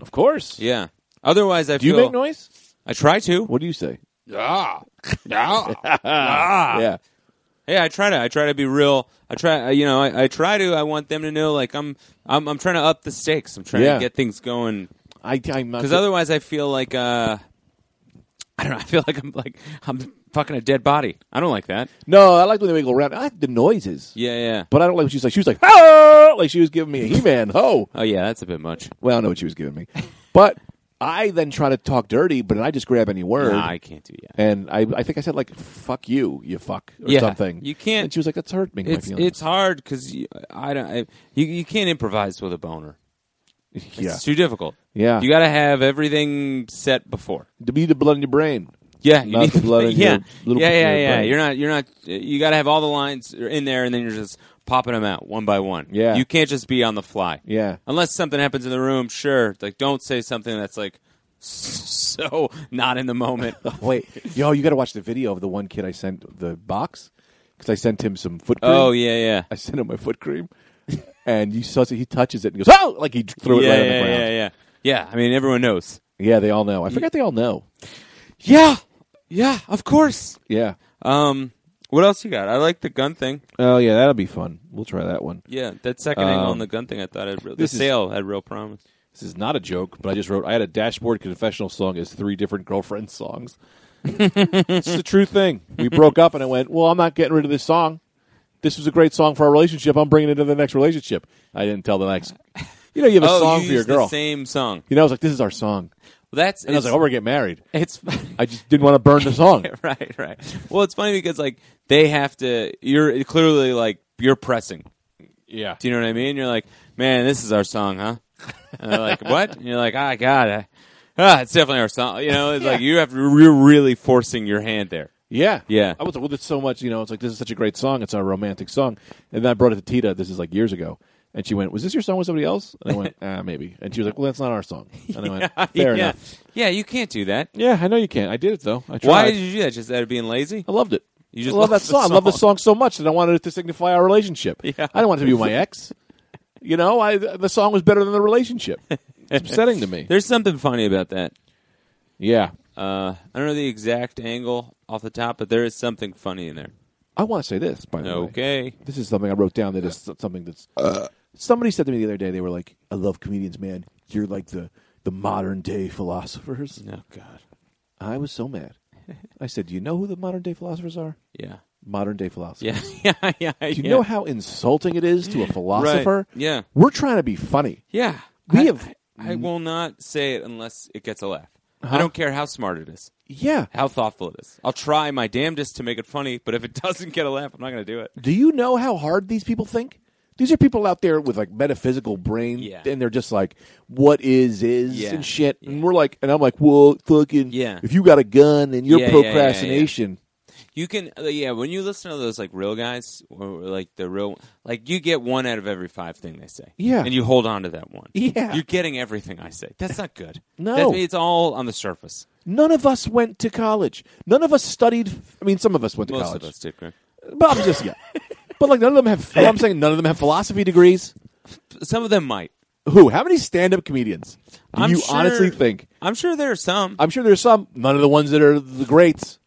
Of course. Yeah. Otherwise, I Do you feel make noise? I try to. What do you say? Yeah. yeah. Yeah, I try to. I try to be real. I try. I- You know, I, I try to. I want them to know, like I'm. I'm. I'm trying to up the stakes. I'm trying Yeah. to get things going. I, I'm not Because otherwise, I feel like. uh I don't know. I feel like I'm like I'm fucking a dead body. I don't like that. no, I like when they go around. I like the noises. Yeah. Yeah. But I don't like what she's like. She was like, oh, like she was giving me a He-Man. Oh, Oh yeah, that's a bit much. well, I know what she was giving me. But I then try to talk dirty, but I just grab any word. Nah, I can't do that. and I, I think I said like, "Fuck you, you fuck" or Yeah, something. you can't- And she was like, "That's hurting my It's feelings." it's hard because I don't. I, you you can't improvise with a boner. yeah, It's too difficult. Yeah. You got to have everything set before. to be the blood in your brain. Yeah, you Not the blood in yeah, your little yeah, in yeah, your yeah. brain. You're not, you're not. You got to have all the lines in there, and then you're just popping them out one by one. Yeah. you can't just be on the fly. Yeah. unless something happens in the room, sure. Like, don't say something that's like so not in the moment. Wait, yo, you got to watch the video of the one kid I sent the box because I sent him some foot. Cream. oh yeah, yeah. I sent him my foot cream, and you saw he touches it and he goes, "Oh!" Like he threw it yeah, right on yeah, the ground. yeah, yeah, yeah. I mean, everyone knows. yeah, they all know. I forgot they all know. Yeah, yeah. Of course. Yeah. Um, what else you got? I like the gun thing. Oh yeah, that'll be fun. We'll try that one. Yeah, that second angle Um, on the gun thing, I thought it real, the this is- sale had real promise. This is not a joke, but I just wrote I had a dashboard confessional song as three different girlfriend songs. it's the true thing. We broke up and I went, "Well, I'm not getting rid of this song. This was a great song for our relationship. I'm bringing it into the next relationship." I didn't tell the next. You know, you have a oh, song you for your used the girl. same song. You know, I was like, "This is our song." Well, that's And I was it's- like, "Oh, we're getting married." It's I just didn't want to burn the song. right, right. Well, it's funny because like they have to. You're clearly like you're pressing. yeah. Do you know what I mean? You're like, man, this is our song, huh? And they're like, what? And you're like, ah, God, I, ah, it's definitely our song. You know, it's like you have to, you're really forcing your hand there. Yeah, Yeah. I was like, well, it's so much. You know, it's like this is such a great song. It's our romantic song. And then I brought it to Tita. This is like years ago, and she went, "Was this your song with somebody else?" And I went, "Ah, maybe." And she was like, "Well, that's not our song." And I went, yeah. "Fair enough." Yeah, you can't do that. Yeah, I know you can't. I did it though. I tried. Why did you do that? Just out of being lazy? I loved it. You just I love love that the song. I love the song. song so much that I wanted it to signify our relationship. Yeah. I don't want it to be my ex. You know, I the song was better than the relationship. It's upsetting to me. There's something funny about that. Yeah, Uh, I don't know the exact angle off the top, but there is something funny in there. I want to say this. By the way, Okay. this is something I wrote down that is something that's. Uh, somebody said to me the other day, they were like, "I love comedians, man. You're like the the modern day philosophers." Oh God. I was so mad. I said, "Do you know who the modern day philosophers are? Yeah. Modern day philosophers. Yeah. yeah. Yeah. Do you yeah. know how insulting it is to a philosopher? Yeah. We're trying to be funny. Yeah. We I, have- I, I will not say it unless it gets a laugh. I don't care how smart it is, Yeah. how thoughtful it is. I'll try my damnedest to make it funny, but if it doesn't get a laugh, I'm not going to do it. Do you know how hard these people think? These are people out there with like metaphysical brain, Yeah. and they're just like, "What is is Yeah. and shit." And we're like, and I'm like, "Well, fucking, Yeah. If you got a gun and your Yeah, yeah, yeah, yeah. procrastination, You can, uh, yeah. When you listen to those like real guys, or like the real, like you get one out of every five thing they say. Yeah. and you hold on to that one. Yeah. you're getting everything I say. That's not good. No. That- it's all on the surface. none of us went to college. None of us studied. I mean, some of us went to Most college, of us did, Greg. but I'm just yeah. But like, none of them have. well, I'm saying none of them have philosophy degrees. Some of them might. Who? How many stand-up comedians do I'm you sure- honestly think? I'm sure there are some. I'm sure there's some. None of the ones that are the greats.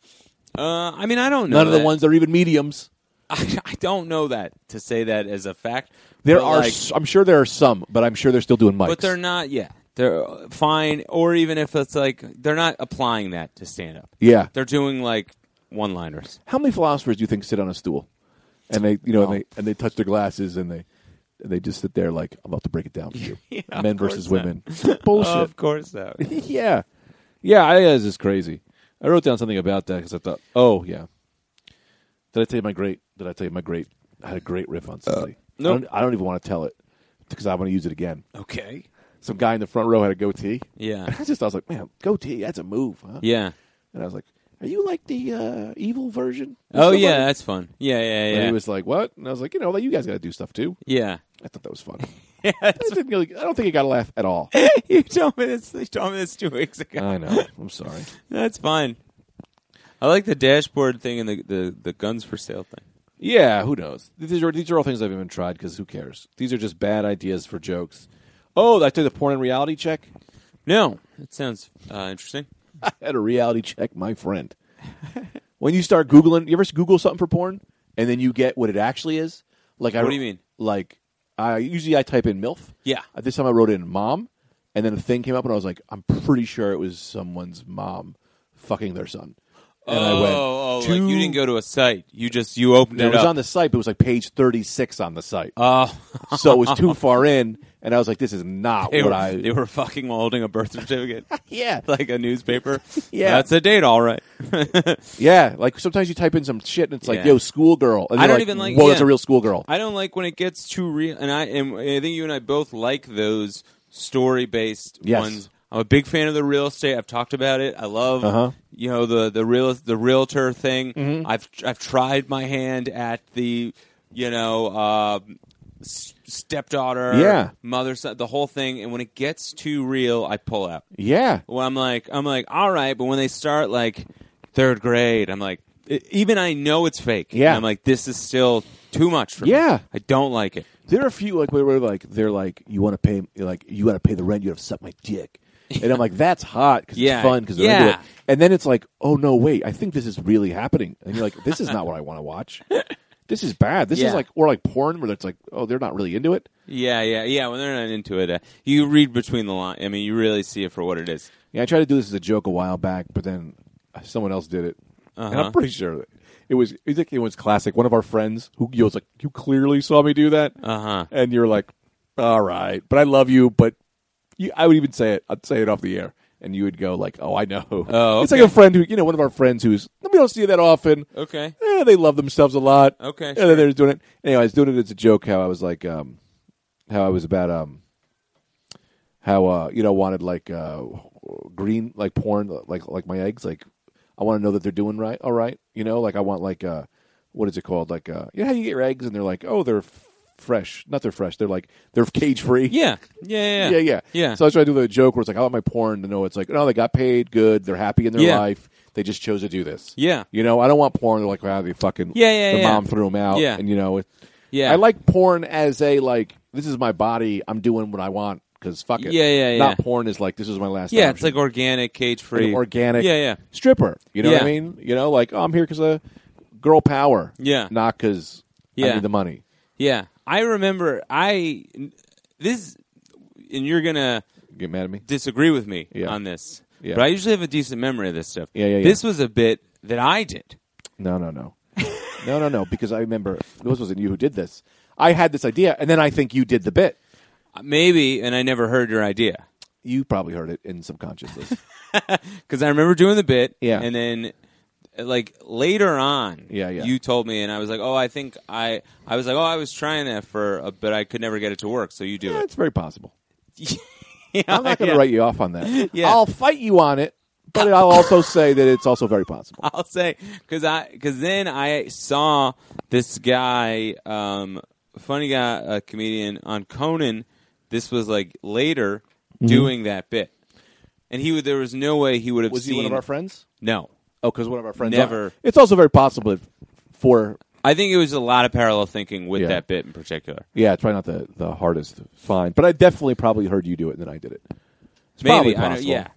Uh, I mean, I don't know. None of the that. ones that are even mediums. I, I don't know that to say that as a fact. There but, are, like, s- I'm sure there are some, but I'm sure they're still doing mics. but they're not. Yeah, they're uh, fine. Or even if it's like they're not applying that to stand up. yeah. They're doing like one liners. How many philosophers do you think sit on a stool, and they, you know, and they and they touch their glasses and they, and they just sit there like I'm about to break it down for you, Yeah, of men versus course Um, women, bullshit. Of course, though. yeah, yeah, I, this is crazy. I wrote down something about that because I thought, oh yeah, did I tell you my great? Did I tell you my great? I had a great riff on somebody. Uh, nope. I, don't, I don't even want to tell it because I want to use it again. okay. Some guy in the front row had a goatee. Yeah. I just I was like, man, goatee, that's a move, huh? Yeah. And I was like, "Are you like the uh, evil version?" Oh of somebody?" yeah, that's fun. Yeah, yeah, And yeah. he was like, "What?" And I was like, "You know, like, you guys got to do stuff too." yeah. I thought that was fun. I, didn't really, I don't think he got a laugh at all. you told me this. You told me this two weeks ago. I know. I'm sorry. Uh, that's fine. I like the dashboard thing and the, the, the guns for sale thing. Yeah, who knows? These are these are all things I've even tried because who cares? These are just bad ideas for jokes. Oh, I did the porn and reality check. No, that sounds uh, interesting. I had a reality check, my friend. when you start googling, you ever Google something for porn and then you get what it actually is? Like, I, What do you mean? Like, I usually I type in milf. Yeah. Uh, This time I wrote in mom, and then a thing came up, and I was like, I'm pretty sure it was someone's mom fucking their son. And oh, I went, oh, to- like you didn't go to a site. You just you opened It it was up. on the site, but it was like page 36 on the site, Oh, so it was too far in, and I was like, this is not they what were, I. they were fucking while holding a birth certificate, yeah, like a newspaper. Yeah. that's a date, all right. yeah. Like sometimes you type in some shit, and it's like, Yeah. yo, schoolgirl. And I you're don't even like- Whoa, that's yeah. a real schoolgirl. I don't like when it gets too real, and I and I think you and I both like those story based Yes. ones. I'm a big fan of the real estate. I've talked about it. I love Uh-huh. Mm-hmm. you know the the real the realtor thing. I've I've tried my hand at the you know uh, s- stepdaughter, Yeah. mother, son, the whole thing. And when it gets too real, I pull out. Yeah. Well, I'm like, I'm like, all right, but when they start like third grade, I'm like, e- even I know it's fake. Yeah. And I'm like, this is still too much for me. Yeah. I don't like it. There are a few like where we're like they're like you want to pay like you got to pay the rent you got to suck my dick, and I'm like that's hot because Yeah. it's fun because they're Yeah. into it. And then it's like oh no wait I think this is really happening and you're like this is not what I want to watch. This is bad. This Yeah. is like or like porn where it's like oh they're not really into it. Yeah, yeah, yeah. When they're not into it, uh, you read between the lines. I mean, you really see it for what it is. Yeah, I tried to do this as a joke a while back, but then someone else did it, and Uh-huh. I'm pretty sure that it was I think it was classic. One of our friends who you was like you clearly saw me do that, Uh huh. and you're like, all right, but I love you, but you, I would even say it. I'd say it off the air, and you would go like, oh, I know. Oh, it's like a friend who you know, one of our friends who's we don't see that often. Okay. Eh, they love themselves a lot. Okay, and then they're doing it. Anyway, I was doing it as a joke. How I was like, um, how I was about um, how uh, you know wanted like uh, green like porn like like my eggs like I want to know that they're doing right all right you know like I want like uh what is it called like uh you know how you get your eggs and they're like oh they're f- fresh not they're fresh they're like they're cage free Yeah. Yeah. Yeah. yeah, yeah, Yeah. So I try to do the joke where it's like, I want my porn to know it's like, no, they got paid, good, they're happy in their Yeah. life, they just chose to do this. Yeah. you know, I don't want porn. They're like, wow, they fucking, Yeah, yeah, their yeah. mom threw them out, Yeah. and you know, it, Yeah. I like porn as a like, this is my body, I'm doing what I want because fuck it, Yeah, yeah, Not yeah. porn is like, this is my last, Yeah, it's option. like organic, cage Like free, an organic, Yeah, yeah, stripper. You know what I Yeah. mean? You know, like, oh, I'm here because of girl power, Yeah. not because I Yeah. need the money. yeah. I remember. I this, and you're gonna Get mad at me? disagree with me Yeah. on this, Yeah. but I usually have a decent memory of this stuff. Yeah, yeah, yeah. This was a bit that I did. No, no, no. no, no, no. Because I remember this wasn't you who did this. I had this idea, and then I think you did the bit. Maybe, and I never heard your idea You probably heard it in subconsciousness. because I remember doing the bit. Yeah. and then like later on, Yeah, yeah. you told me, and I was like, oh, I think I, I was like, oh, I was trying that for, a, but I could never get it to work. So you do yeah, it. it's very possible. Yeah, I'm not going to yeah. write you off on that. Yeah. I'll fight you on it, but I'll also say that it's also very possible. I'll say because I because then I saw this guy, um, funny guy, a comedian on Conan. This was like later Mm-hmm. doing that bit, and he would. There was no way he would have Was seen. he one of our friends? no, Oh, because one of our friends. Never. It's also very possible if for. I think it was a lot of parallel thinking with Yeah. that bit in particular. Yeah, it's probably not the, the hardest to find, but I definitely probably heard you do it, and then I did it. It's Maybe, probably I don't- possible. yeah.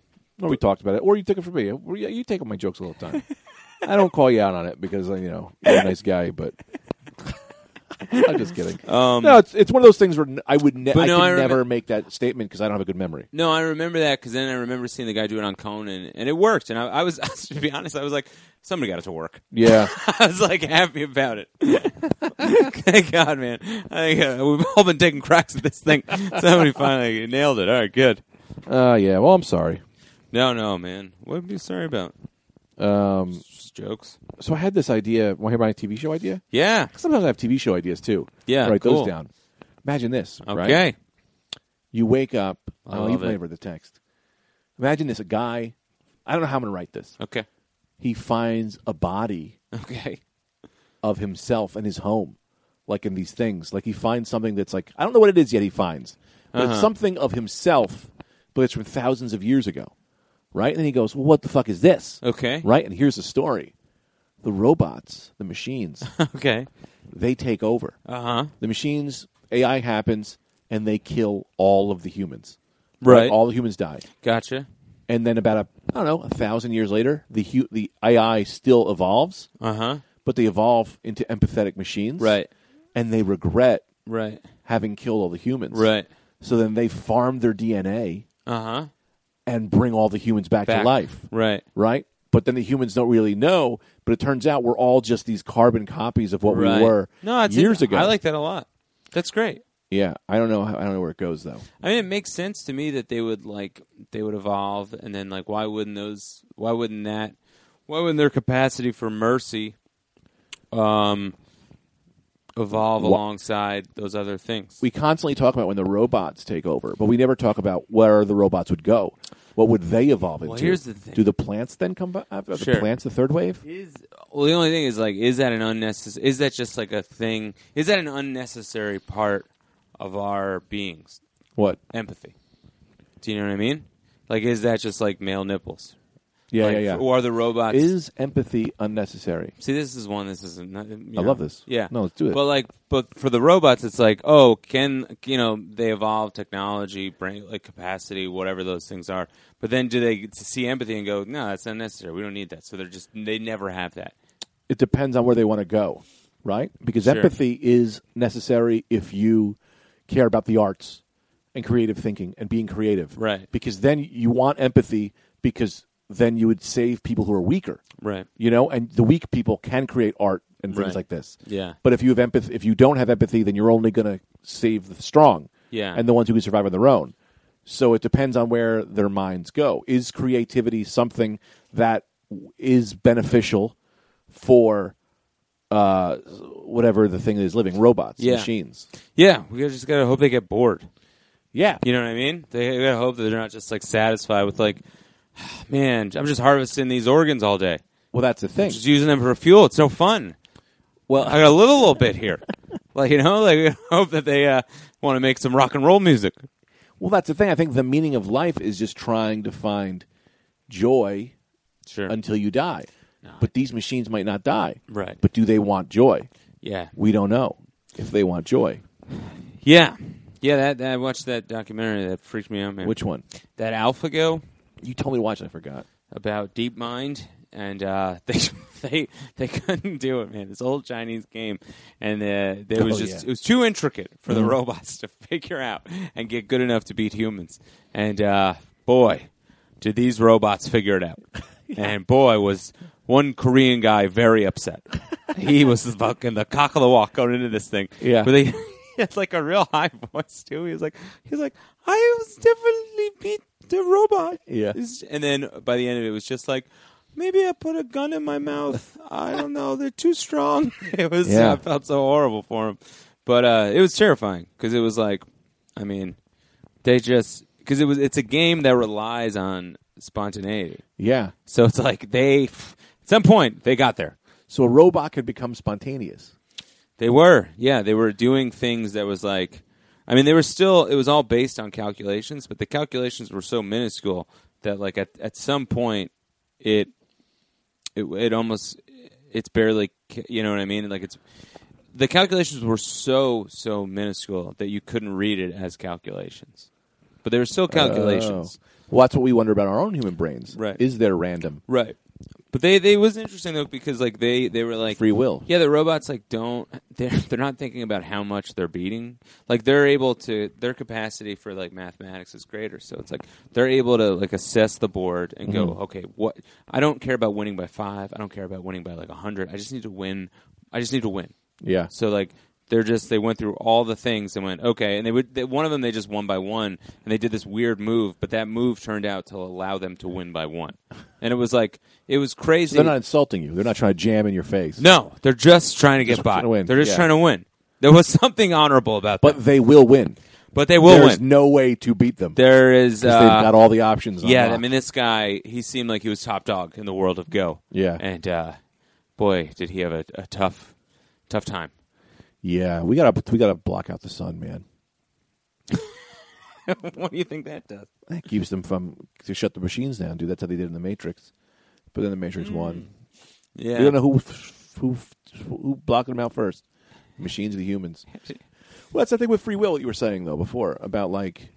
Or we talked about it, or you took it from me. Or, yeah, you take up my jokes all the time. I don't call you out on it because uh, you know you're a nice guy, but I'm just kidding. Um, no, it's it's one of those things where n- I would ne- But I no, could I remem- never make that statement because I don't have a good memory. No, I remember that because then I remember seeing the guy do it on Conan, and it worked. And I, I was, to be honest, I was like, somebody got it to work. Yeah, I was like happy about it. Thank God, man. I think uh, we've all been taking cracks at this thing. Somebody finally nailed it. All right, good. uh, yeah. Well, I'm sorry. No, no, man. What would you be sorry about? Um, Just jokes. so I had this idea. Want to hear my TV show idea? Yeah. Sometimes I have TV show ideas too. Yeah, write cool. those down. Imagine this. Okay. Right? You wake up. I oh, love you've it. never the text. Imagine this: a guy. I don't know how I'm going to write this. Okay. He finds a body Okay. of himself and his home, like in these things. Like he finds something that's like I don't know what it is yet. He finds, but Uh-huh. it's something of himself, but it's from thousands of years ago, right? And then he goes, "Well, what the fuck is this?" Okay. right? And here's the story: the robots, the machines, Okay. they take over. Uh huh. The machines, AI happens, and they kill all of the humans. Right. all the humans die. Gotcha. And then about a I don't know a thousand years later, the hu- the AI still evolves, Uh huh. but they evolve into empathetic machines, Right. And they regret Right. having killed all the humans, Right. So then they farm their DNA Uh huh. and bring all the humans back, Uh-huh. to life, Right. right? But then the humans don't really know. But it turns out we're all just these carbon copies of what right. we were no, it's years ago. I like that a lot. That's great. yeah, I don't know. How, I don't know where it goes though. I mean, it makes sense to me that they would like they would evolve, and then like why wouldn't those? Why wouldn't that? Why wouldn't their capacity for mercy, um, evolve alongside those other things? We constantly talk about when the robots take over, but we never talk about where the robots would go. What would they evolve into? here's the thing. Do the plants then come back? Are the Sure. plants the third wave? is well, the only thing is like, is that an unnecessary? Is that just like a thing? Is that an unnecessary part of our beings? What? Empathy. Do you know what I mean? Like, is that just like male nipples? Yeah, Like, yeah, yeah. Or are the robots? Is empathy unnecessary? See, this is one. This isn't. I love this. Yeah. No, let's do it. But like, but for the robots, it's like, oh, can you know they evolve technology, brain like capacity, whatever those things are. But then do they get to see empathy and go, no, that's unnecessary. We don't need that. So they're just they never have that. it depends on where they want to go, right? Because Sure. empathy is necessary if you care about the arts and creative thinking and being creative. Right. Because then you want empathy because then you would save people who are weaker. Right. You know, and the weak people can create art and things Right. like this. Yeah. But if you have empathy, if you don't have empathy, then you're only going to save the strong. Yeah. And the ones who can survive on their own. So it depends on where their minds go. Is creativity something that w- is beneficial for uh, whatever the thing is living, robots, Yeah. machines? Yeah. We just gotta hope they get bored. Yeah. You know what I mean? They gotta hope that they're not just like satisfied with like man, I'm just harvesting these organs all day. Well, that's the thing. Just using them for fuel. It's no fun. Well, I gotta live a little bit here. Like you know, like I hope that they uh, want to make some rock and roll music. well, that's the thing. I think the meaning of life is just trying to find joy Sure. until you die. But these machines might not die. Right. But do they want joy? yeah. We don't know if they want joy. Yeah. Yeah. That, that- I watched that documentary that freaked me out, man. Which one? that AlphaGo You told me to watch. it. I forgot. about DeepMind, and uh, they they they couldn't do it, man. This old Chinese game, and uh, there was Oh, just yeah. Mm-hmm. it was too intricate for the robots to figure out and get good enough to beat humans. And uh, boy, did these robots figure it out! And boy, was one Korean guy very upset. he was the fucking the cock of the walk going into this thing. Yeah. but they. He had like a real high voice too. He was like, he was like, I was definitely beat the robot. Yeah. It's- And then by the end of it, it was just like, maybe I put a gun in my mouth. I don't know. They're too strong. It was, Yeah. I felt so horrible for him. But uh, it was terrifying because it was like, I mean, they just, because it was, it's a game that relies on spontaneity. Yeah. So it's like they, at some point, they got there. So a robot could become spontaneous. They were, yeah, they were doing things that was like, I mean, they were still. It was all based on calculations, but the calculations were so minuscule that, like, at at some point, it it it almost it's barely, ca- you know what I mean? Like, it's the calculations were so so minuscule that you couldn't read it as calculations, but they were still calculations, Oh. Well, that's what we wonder about our own human brains. Right. Is there random right? But they they it was interesting though because like they they were like free will? Yeah, the robots like don't they're they're not thinking about how much they're beating. Like they're able to their capacity for like mathematics is greater. So it's like they're able to like assess the board and Mm-hmm. go, okay, what I don't care about winning by five. I don't care about winning by like a hundred. I just need to win. I just need to win. Yeah. So like they're just they went through all the things and went okay, and they would they, one of them they just won by one, and they did this weird move, but that move turned out to allow them to win by one, and it was like it was crazy. They're not insulting you. They're not trying to jam in your face. No, they're just trying to get by. trying to win, They're just yeah. trying to win. There was something honorable about But them, they will win. but they will There's win. no way to beat them. there is, 'Cause they've got uh, all the options. yeah. I unlocked. mean, this guy he seemed like he was top dog in the world of Go. Yeah. and uh, boy, did he have a, a tough, tough time. yeah. We gotta we gotta block out the sun, man. what do you think that does? That keeps them from to shut the machines down, dude. That's how they did in the Matrix. But then the Matrix won. Mm. Yeah, We don't know who who who blocked them out first. Machines or the humans. Well, that's the thing with free will that you were saying though before about like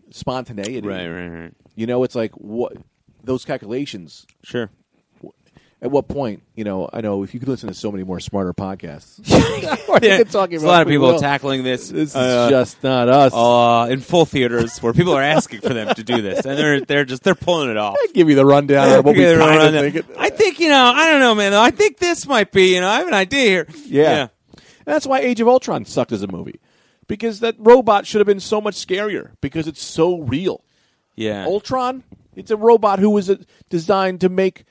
spontaneity. right, right, right. You know, it's like what those calculations. Sure. At what point, you know, I know if you could listen to so many more smarter podcasts, Yeah, We're talking there's a about lot of free people will. tackling this. This is uh, just not us. uh, in full theaters where people are asking for them to do this, and they're they're just they're pulling it off. I give you the rundown of what we Okay, kind around of that. think. it- I think you know. I don't know, man. Though I think this might be. You know, I have an idea here. Yeah. And that's why Age of Ultron sucked as a movie. Because that robot should have been so much scarier because it's so real. yeah. Ultron, it's a robot who was uh, designed to make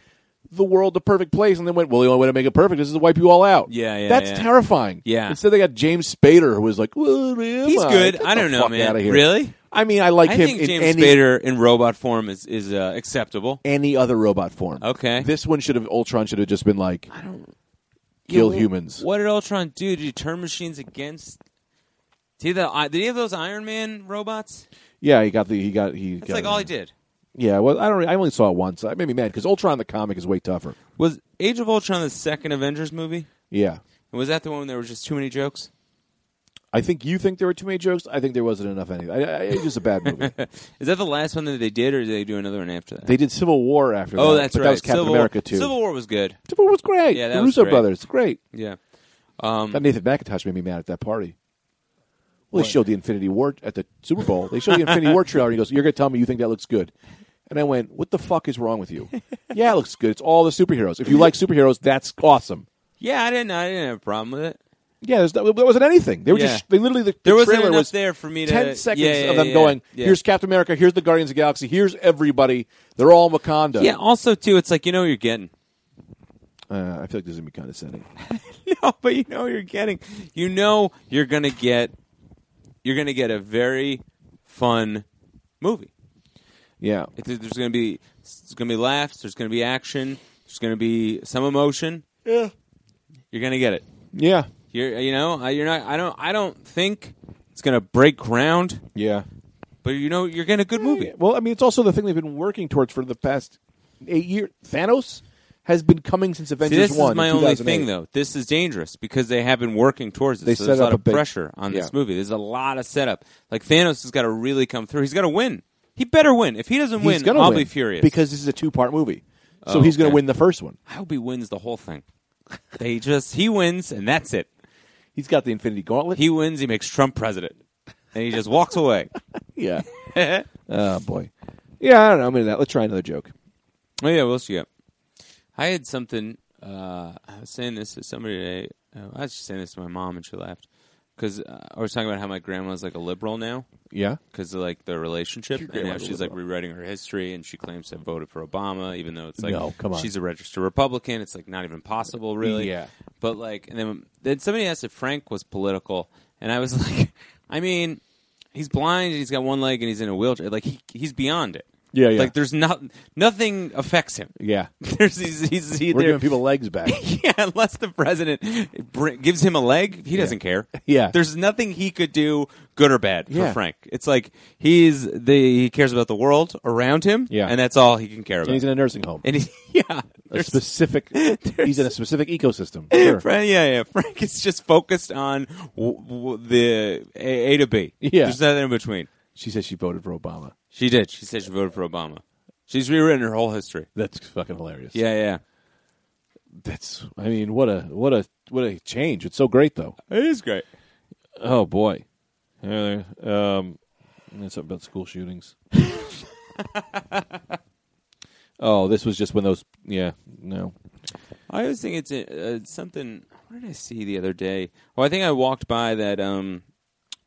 the world the perfect place and then went, well, the only way to make it perfect is to wipe you all out. Yeah, yeah, That's yeah. terrifying. Yeah. Instead, they got James Spader, who was like, well, He's good. I don't know, man. Really? I mean, I like I him think in James any, Spader in robot form is is uh, acceptable. any other robot form. Okay. This one should have, Ultron should have just been like, kill humans. What did Ultron do? Did he turn machines against? Did he, the, did he have those Iron Man robots? Yeah, he got the, he got, he That's got like all he did. Yeah, well, I don't. Really, I only saw it once. I made me mad because Ultron the comic is way tougher. Was Age of Ultron the second Avengers movie? Yeah, And was that the one where there was just too many jokes? I think you think there were too many jokes. I think there wasn't enough. Anything. I, I, it's just a bad movie. Is that the last one that they did, or did they do another one after that? they did Civil War after that. oh, that's but right. That was Captain Civil America War. too. Civil War was good. Civil War was great. Yeah, that the was Russo great. brothers, great. Yeah. Um, That Nathan McIntosh made me mad at that party. Well, they showed the Infinity War at the Super Bowl. They showed the Infinity War trailer, and he goes, "You're going to tell me you think that looks good." And I went, "What the fuck is wrong with you?" yeah, it looks good. It's all the superheroes. If you like superheroes, that's awesome. yeah, I didn't. I didn't have a problem with it. Yeah, there's no, there wasn't anything. They were Yeah. just they literally the, There the wasn't trailer enough was there for me to- ten seconds yeah, yeah, of them yeah, going. yeah. Here's Captain America. Here's the Guardians of the Galaxy. Here's everybody. They're all in Wakanda. Yeah. Also, too, it's like you know what you're getting. uh, I feel like this is gonna be condescending. no, but you know what you're getting. You know you're gonna get. You're gonna get a very fun movie. Yeah. It- There's going to be there's going to be laughs. There's going to be action. There's going to be some emotion. Yeah. You're going to get it. Yeah. You're you know I- you're not. I don't. I don't think it's going to break ground. Yeah. But you know you're getting a good movie. Well, I mean, it's also the thing they've been working towards for the past eight years. Thanos has been coming since See, Avengers this One. is my in only 2008. thing, though. This is dangerous because they have been working towards this. They so set there's a up lot a of big- pressure on this Yeah. movie. There's a lot of setup. Like Thanos has got to really come through. He's got to win. He better win. If he doesn't He's win, gonna I'll win be furious. because this is a two-part movie. So Oh, he's going okay. to win the first one. I hope he wins the whole thing. they just he wins and that's it. He's got the Infinity Gauntlet. He wins. He makes Trump president, and he just walks away. yeah. oh Oh boy. Yeah, I don't know. I'm into that. Let's try another joke. yeah, what else you got? I had something. Uh, I was saying this to somebody today. Uh, I was just saying this to my mom, and she laughed because uh, I was talking about how my grandma's like a liberal now. Yeah. because of like their relationship, and now grandmother she's was like wrong. rewriting her history, and she claims to have voted for Obama, even though it's like No, come on. she's a registered Republican. It's like not even possible, really. Yeah. But like, and then then somebody asked if Frank was political, and I was like, I mean, he's blind, and he's got one leg, and he's in a wheelchair. Like he he's beyond it. Yeah, yeah. Like there's not nothing affects him. Yeah. There's he's, he's, he, We're there- giving people legs back. yeah, unless the president br- gives him a leg, he doesn't care. Yeah. there's nothing he could do, good or bad, for Yeah. Frank. It's like he's the he cares about the world around him, Yeah. and that's all he can care and about. he's in a nursing home. And he, yeah, a there's- specific. he's in a specific ecosystem. Sure. Frank, yeah, yeah. Frank is just focused on w- w- the A, a to B. Yeah. there's nothing in between. She says she voted for Obama. She did. She said she voted for Obama. She's rewritten her whole history. That's fucking hilarious. Yeah, yeah. That's. I mean, what a what a what a change. It's so great though. It is great. Oh boy. Yeah, there- um, that's something about school shootings. oh, this was just when those. Yeah. No. I always think it's uh, something. What did I see the other day? Well, I think I walked by that. Um,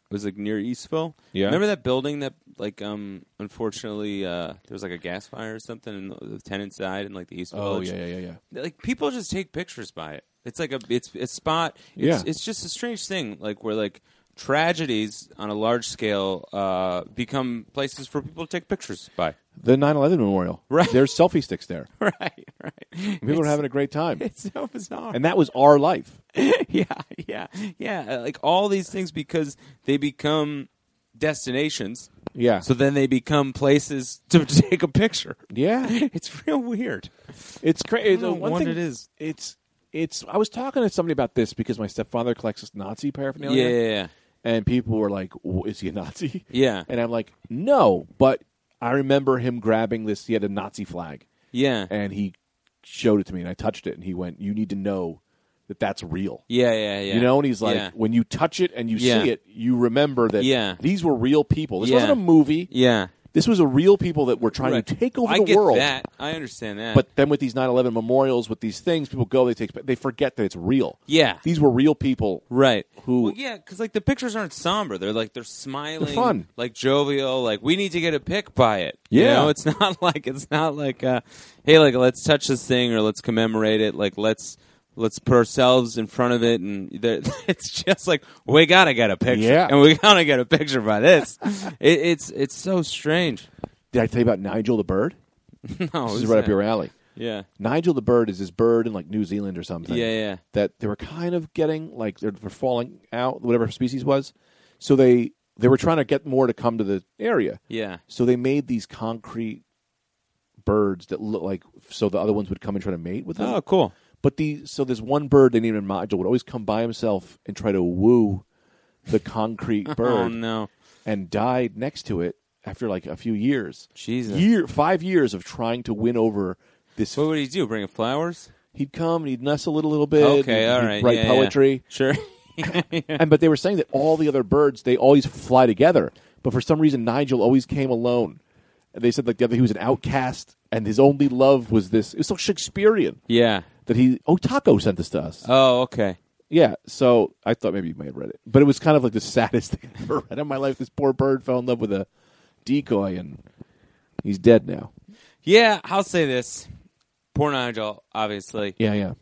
it was like near Eastville. Yeah. Remember that building that, like, um, unfortunately, uh, there was like a gas fire or something, and the tenants died in like the East Oh Village. yeah yeah yeah yeah. Like people just take pictures by it. It's like a it's a spot. It's, Yeah. It's just a strange thing, like where like tragedies on a large scale uh, become places for people to take pictures by. The 9/11 memorial. Right. There's selfie sticks there. Right. Right. People are having a great time, It's so bizarre. and that was our life. yeah, yeah, yeah. Uh, Like all these things because they become destinations. Yeah. So then they become places to take a picture. yeah. It's real weird. It's crazy. don't know what it is. It's it's. I was talking to somebody about this because my stepfather collects this Nazi Yeah, paraphernalia, yeah, yeah. and people were like, "W- "Is he a Nazi?" Yeah. and I'm like, "No," but I remember him grabbing this. He had a Nazi flag, yeah. and he showed it to me, and I touched it, and he went, "You need to know that that's real." Yeah, yeah, yeah. You know, and he's like, yeah, when you touch it and you Yeah. see it, you remember that Yeah. these were real people. This Yeah. wasn't a movie. yeah. This was a real people that were trying Right. to take over I the get world. that. I understand that. But then with these 9/11 memorials, with these things, people go. They take. They forget that it's real. Yeah. these were real people. right, Who- Well, yeah, because like the pictures aren't somber. They're like they're smiling, fun. like jovial. Like we need to get a pic by it. you Yeah. know? it's not like it's not like uh, hey, like let's touch this thing or let's commemorate it. Like let's let's put ourselves in front of it, and there- it's just like we gotta get a picture, Yeah. and we gotta get a picture by this. it, it's it's so strange. Did I tell you about Nigel the bird? No, This is it's right not- up your alley. Yeah, Nigel the bird is this bird in like New Zealand or something. Yeah, yeah. That they were kind of getting like they're, they're falling out, whatever species was. So they they were trying to get more to come to the area. yeah, So they made these concrete birds that look like so the other ones would come and try to mate with them. Oh, cool. But the so there's one bird they named him Nigel would always come by himself and try to woo the concrete bird Oh no, and died next to it after like a few years. Jesus. Year five years of trying to win over this. what would he do? Bring him flowers? He'd come and he'd nestle it a little bit. Okay, he'd, all he'd right. write yeah, yeah. poetry. Sure. And but they were saying that all the other birds they always fly together, but for some reason Nigel always came alone. And they said like the other he was an outcast, and his only love was this. It was so Shakespearean yeah. that he oh Taco sent this to us. Oh, okay. Yeah, so I thought maybe you may have read it, but it was kind of like the saddest thing I've ever read in my life. This poor bird fell in love with a decoy, and he's dead now. Yeah, I'll say this. Poor Nigel, obviously. Yeah, yeah,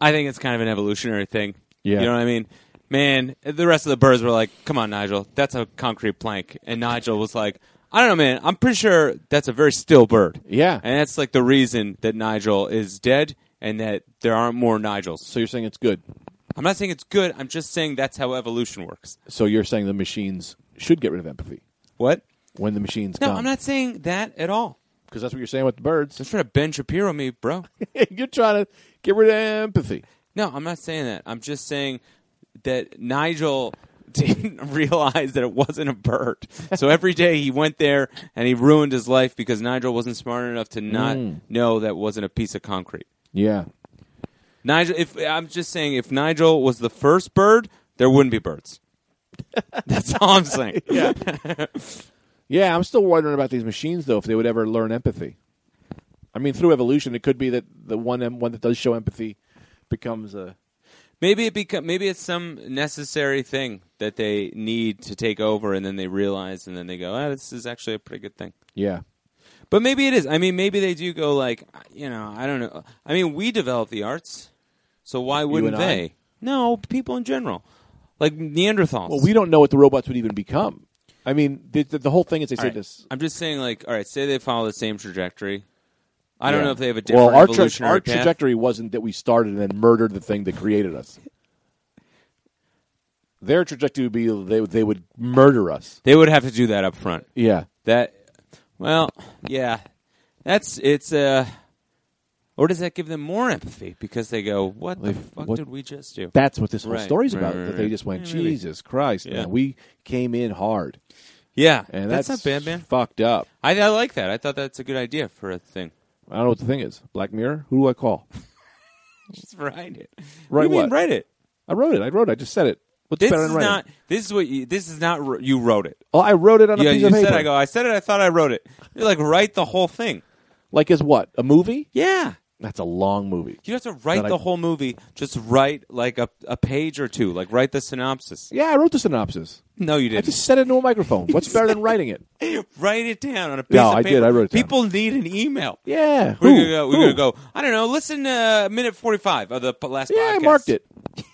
I think it's kind of an evolutionary thing. Yeah. You know what I mean? Man, the rest of the birds were like, come on, Nigel, that's a concrete plank. And Nigel was like, I don't know, man. I'm pretty sure that's a very still bird. Yeah. And that's like the reason that Nigel is dead and that there aren't more Nigels. So you're saying it's good. I'm not saying it's good. I'm just saying that's how evolution works. So you're saying the machines should get rid of empathy What? when the machines No, come. I'm not saying that at all. because that's what you're saying with the birds. Don't try to Ben Shapiro me, bro. you're trying to get rid of empathy. No, I'm not saying that. I'm just saying that Nigel didn't realize that it wasn't a bird. So every day he went there and he ruined his life because Nigel wasn't smart enough to not know that wasn't a piece of concrete. Yeah. Nigel, if I'm just saying, if Nigel was the first bird, there wouldn't be birds. That's all I'm saying. Yeah. yeah, I'm still wondering about these machines though if they would ever learn empathy. I mean, through evolution, it could be that the one em- one that does show empathy becomes a Maybe it become maybe it's some necessary thing that they need to take over, and then they realize, and then they go, "Ah, this is actually a pretty good thing." yeah. But maybe it is. I mean, maybe they do go like, you know, I don't know. I mean, we develop the arts, so why wouldn't and I? they? No, people in general, like Neanderthals. Well, we don't know what the robots would even become. I mean, the, the, the whole thing is they say All right. this. I'm just saying, like, all right, say they follow the same trajectory. I don't Yeah. know if they have a different well, our, tra- evolutionary our path. trajectory wasn't that we started and then murdered the thing that created us. Their trajectory would be they they would murder us. They would have to do that up front. Yeah, That, well, yeah, that's it's uh, or does that give them more empathy because they go, what the Like, fuck what- did we just do? that's what this whole Right, story's right, about. right, that they right. just went, Yeah, maybe. Jesus Christ, Yeah. man, we came in hard, yeah, and that's, that's, not bad, man. Fucked up. I, I like that. I thought that's a good idea for a thing. I don't know what the thing is. Black Mirror. Who do I call? Just write it. what do Write you mean what? write it? I wrote it. I wrote it. I just said it. What's This better is than writing? not. This is what you, this is not. wr- You wrote it. Oh, I wrote it on Yeah, a piece you of said. paper. I go. I said it. I thought I wrote it. You're like write the whole thing. Like as what? A movie? Yeah. That's a long movie. You don't have to write That I- the whole movie. Just write like a, a page or two. Like write the synopsis. Yeah, I wrote the synopsis. No, you I didn't. just said it into a microphone. What's better than writing it? write it down on a piece No, of I did. paper. I wrote it down. People need an email. Yeah. We're Who? gonna go. We're Who? gonna go. I don't know. Listen to uh, minute forty-five of the p- last. Yeah, I podcast. marked it.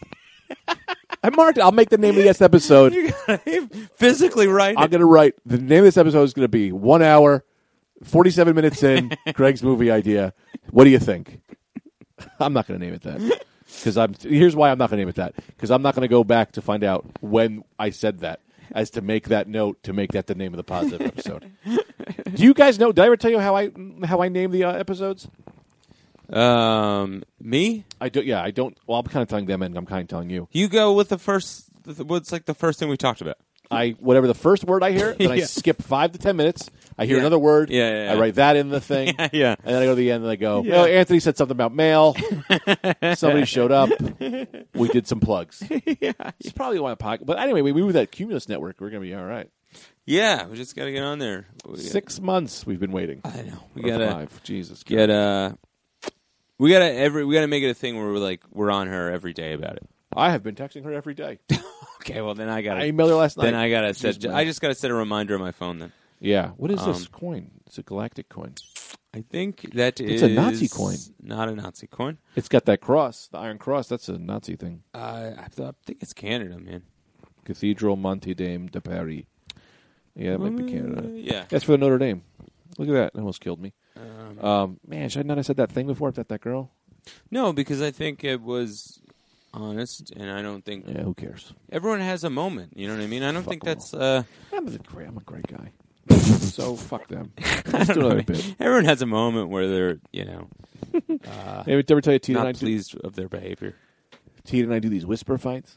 I marked it. I'll make the name of this episode. You gotta physically write I'm it. going to write the name of this episode is going to be one hour, 47 minutes in, Greg's movie idea. What do you think? I'm not going to name it that. Because I'm here's why I'm not going to name it that. Because I'm not going to go back to find out when I said that, as to make that note to make that the name of the positive episode. Do you guys know? Did I ever tell you how I how I name the uh, episodes? Um, me. I do. Yeah, I don't. Well, I'm kind of telling them, and I'm kind of telling you. You go with the first. th- What's like the first thing we talked about? I whatever the first word I hear, then I Yeah. skip five to ten minutes. I hear Yeah. another word. Yeah, yeah, I yeah. write that in the thing. Yeah, yeah. And then I go to the end and I go, well, Anthony said something about mail. Somebody showed up. We did some plugs. It's probably why a pocket. But anyway, we we were that Cumulus network. We're going to be all right. Yeah, we just gotta get on there. We- Six months we've been waiting. I know. We Or gotta five. Jesus. get uh We gotta every. We gotta make it a thing where we're like we're on her every day about it. I have been texting her every day. Okay, well then I gotta. I emailed her last night. then I gotta She's set. my- I just gotta set a reminder on my phone. Then yeah. What is this coin? It's a galactic coin. I think that It's a Nazi is coin. Not a Nazi coin. It's got that cross, the Iron Cross. That's a Nazi thing. Uh, I, th- I think it's Canada, man. Cathedral Monte Dame de Paris. Yeah, that might be Uh, Canada. yeah. That's for the Notre Dame. Look at that. That almost killed me. Um, man, should I not have said that thing before about that girl? No, because I think it was honest, and I don't think Yeah, who cares? everyone has a moment. You know what I mean? I don't Fuck think them that's. Uh, I'm a great, I'm a great guy. so fuck them. Let's do another bit. Everyone has a moment where they're, you know, uh, Hey, did I ever tell you Tita and, I not do, pleased of their behavior. Tita and I do these whisper fights?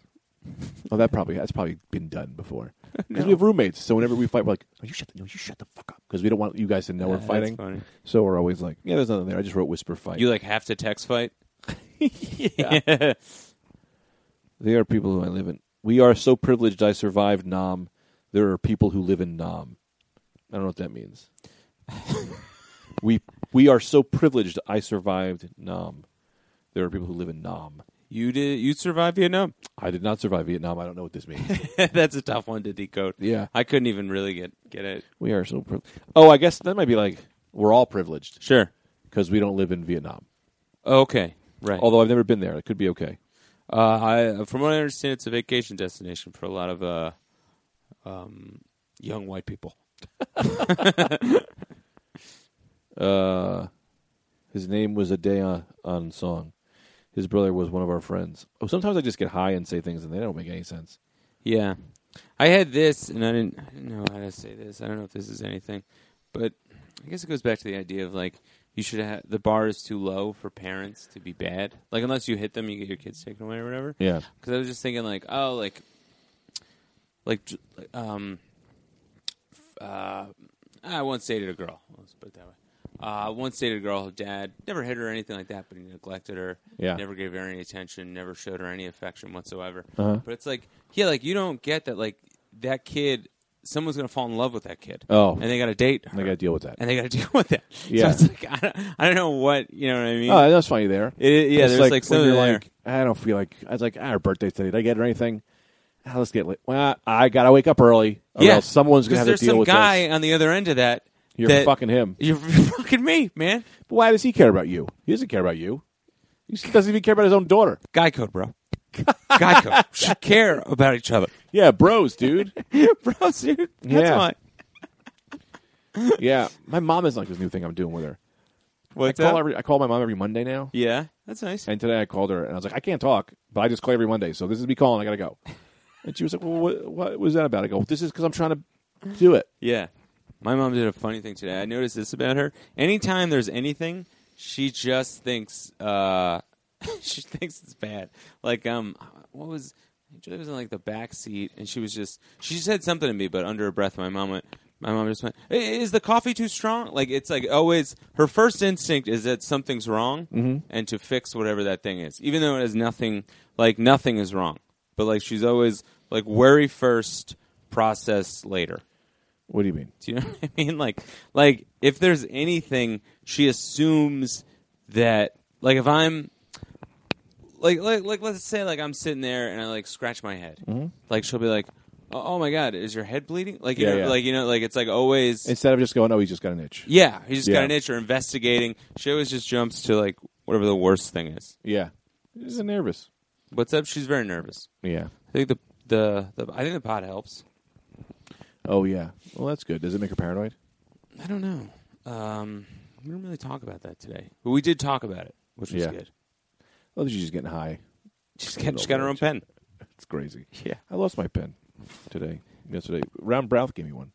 Oh, that probably that's probably been done befefore. Because we have roommates, so whenever we fight, we're like, "No, you shut the no, you shut the fuck up," because we don't want you guys to know we're That's fighting. funny. So we're always like, "Yeah, there's nothing there." I just wrote whisper fight. You like have to text fight. They are people who I live in. We are so privileged I survived Nam. There are people who live in Nam. I don't know what that means. we we are so privileged I survived Nam. There are people who live in Nam. You did. You survived Vietnam. I did not survive Vietnam. I don't know what this means. That's a tough one to decode. Yeah. I couldn't even really get get it. we are so privileged. Oh, I guess that might be like we're all privileged Sure. because we don't live in Vietnam. Okay. Right. Although I've never been there, it could be okay. uh, I, from what I understand, it's a vacation destination for a lot of uh, um, young white people. Uh, his name was a day on, on song. His brother was one of our friends. Oh, sometimes I just get high and say things and they don't make any sense. Yeah, I had this, and I didn't, I didn't know how to say this. I don't know if this is anything, but I guess it goes back to the idea of like you should have the bar is too low for parents to be bad. Like unless you hit them, you get your kids taken away or whatever. Yeah. Because I was just thinking like, oh, like, like, j- like, um, f- uh, I once dated a girl. Let's put it that way. Uh, once dated a girl. Her dad never hit her or anything like that, but he neglected her. Yeah. Never gave her any attention. Never showed her any affection whatsoever. Uh-huh. But it's like, yeah, like you don't get that. Like that kid, someone's gonna fall in love with that kid. Oh. and they gotta date. Her, I got to deal with that. and they gotta deal with that. Yeah. So it's like I don't, I don't know what you know what I mean. Oh, that's funny there. It- yeah, It's there's like, when something you're there. like, I don't feel like I was like, ah, her birthday's today. Did I get her anything? Ah, let's get late. Well, I gotta wake up early. Or Yeah. else someone's Because gonna have to there's deal some with guy this. on the other end of that. You're that- fucking him. You're fucking me, man. But why does he care about you? He doesn't care about you. He doesn't even care about his own daughter. Guy code, bro. Guy code. We Should care about each other, Yeah, bros, dude. bros, dude. That's Yeah. why. yeah, my mom is like this new thing I'm doing with her. What's I call up? every I call my mom every Monday now, yeah, that's nice. and today I called her and I was like, I can't talk, but I just call every Monday, so this is me calling. I gotta go. And she was like, Well, what, what was that about? I go, This is because I'm trying to do it. Yeah. My mom did a funny thing today. I noticed this about her. Anytime there's anything, she just thinks uh she thinks it's bad. Like um what was Julie was in like the back seat and she was just she said something to me but under her breath my mom went my mom just went, "I- "Is the coffee too strong?" Like it's like always her first instinct is that something's wrong and to fix whatever that thing is. Even though it has nothing like nothing is wrong. But like she's always like worry first, process later. What do you mean? Do you know what I mean? Like, like if there's anything, she assumes that, like, if I'm, like, like, like, let's say, like, I'm sitting there and I like scratch my head, Mm-hmm. like, she'll be like, "Oh, oh my god, is your head bleeding?" Like, you Yeah, know, yeah. like, you know, like it's like always, Instead of just going, Oh, he's just got an itch. yeah, he just Yeah. got an itch or investigating. She always just jumps to like whatever the worst thing is. Yeah, he's nervous. What's up? She's very nervous. Yeah. I think the the, the I think the pot helps. Oh yeah. Well, that's good. Does it make her paranoid? I don't know. Um, we didn't really talk about that today, but we did talk about it, which was Yeah. good. Oh, she's just getting high. She's got, she's got her own pen. It's crazy. Yeah. I lost my pen today. Yesterday, Round Brouth gave me one.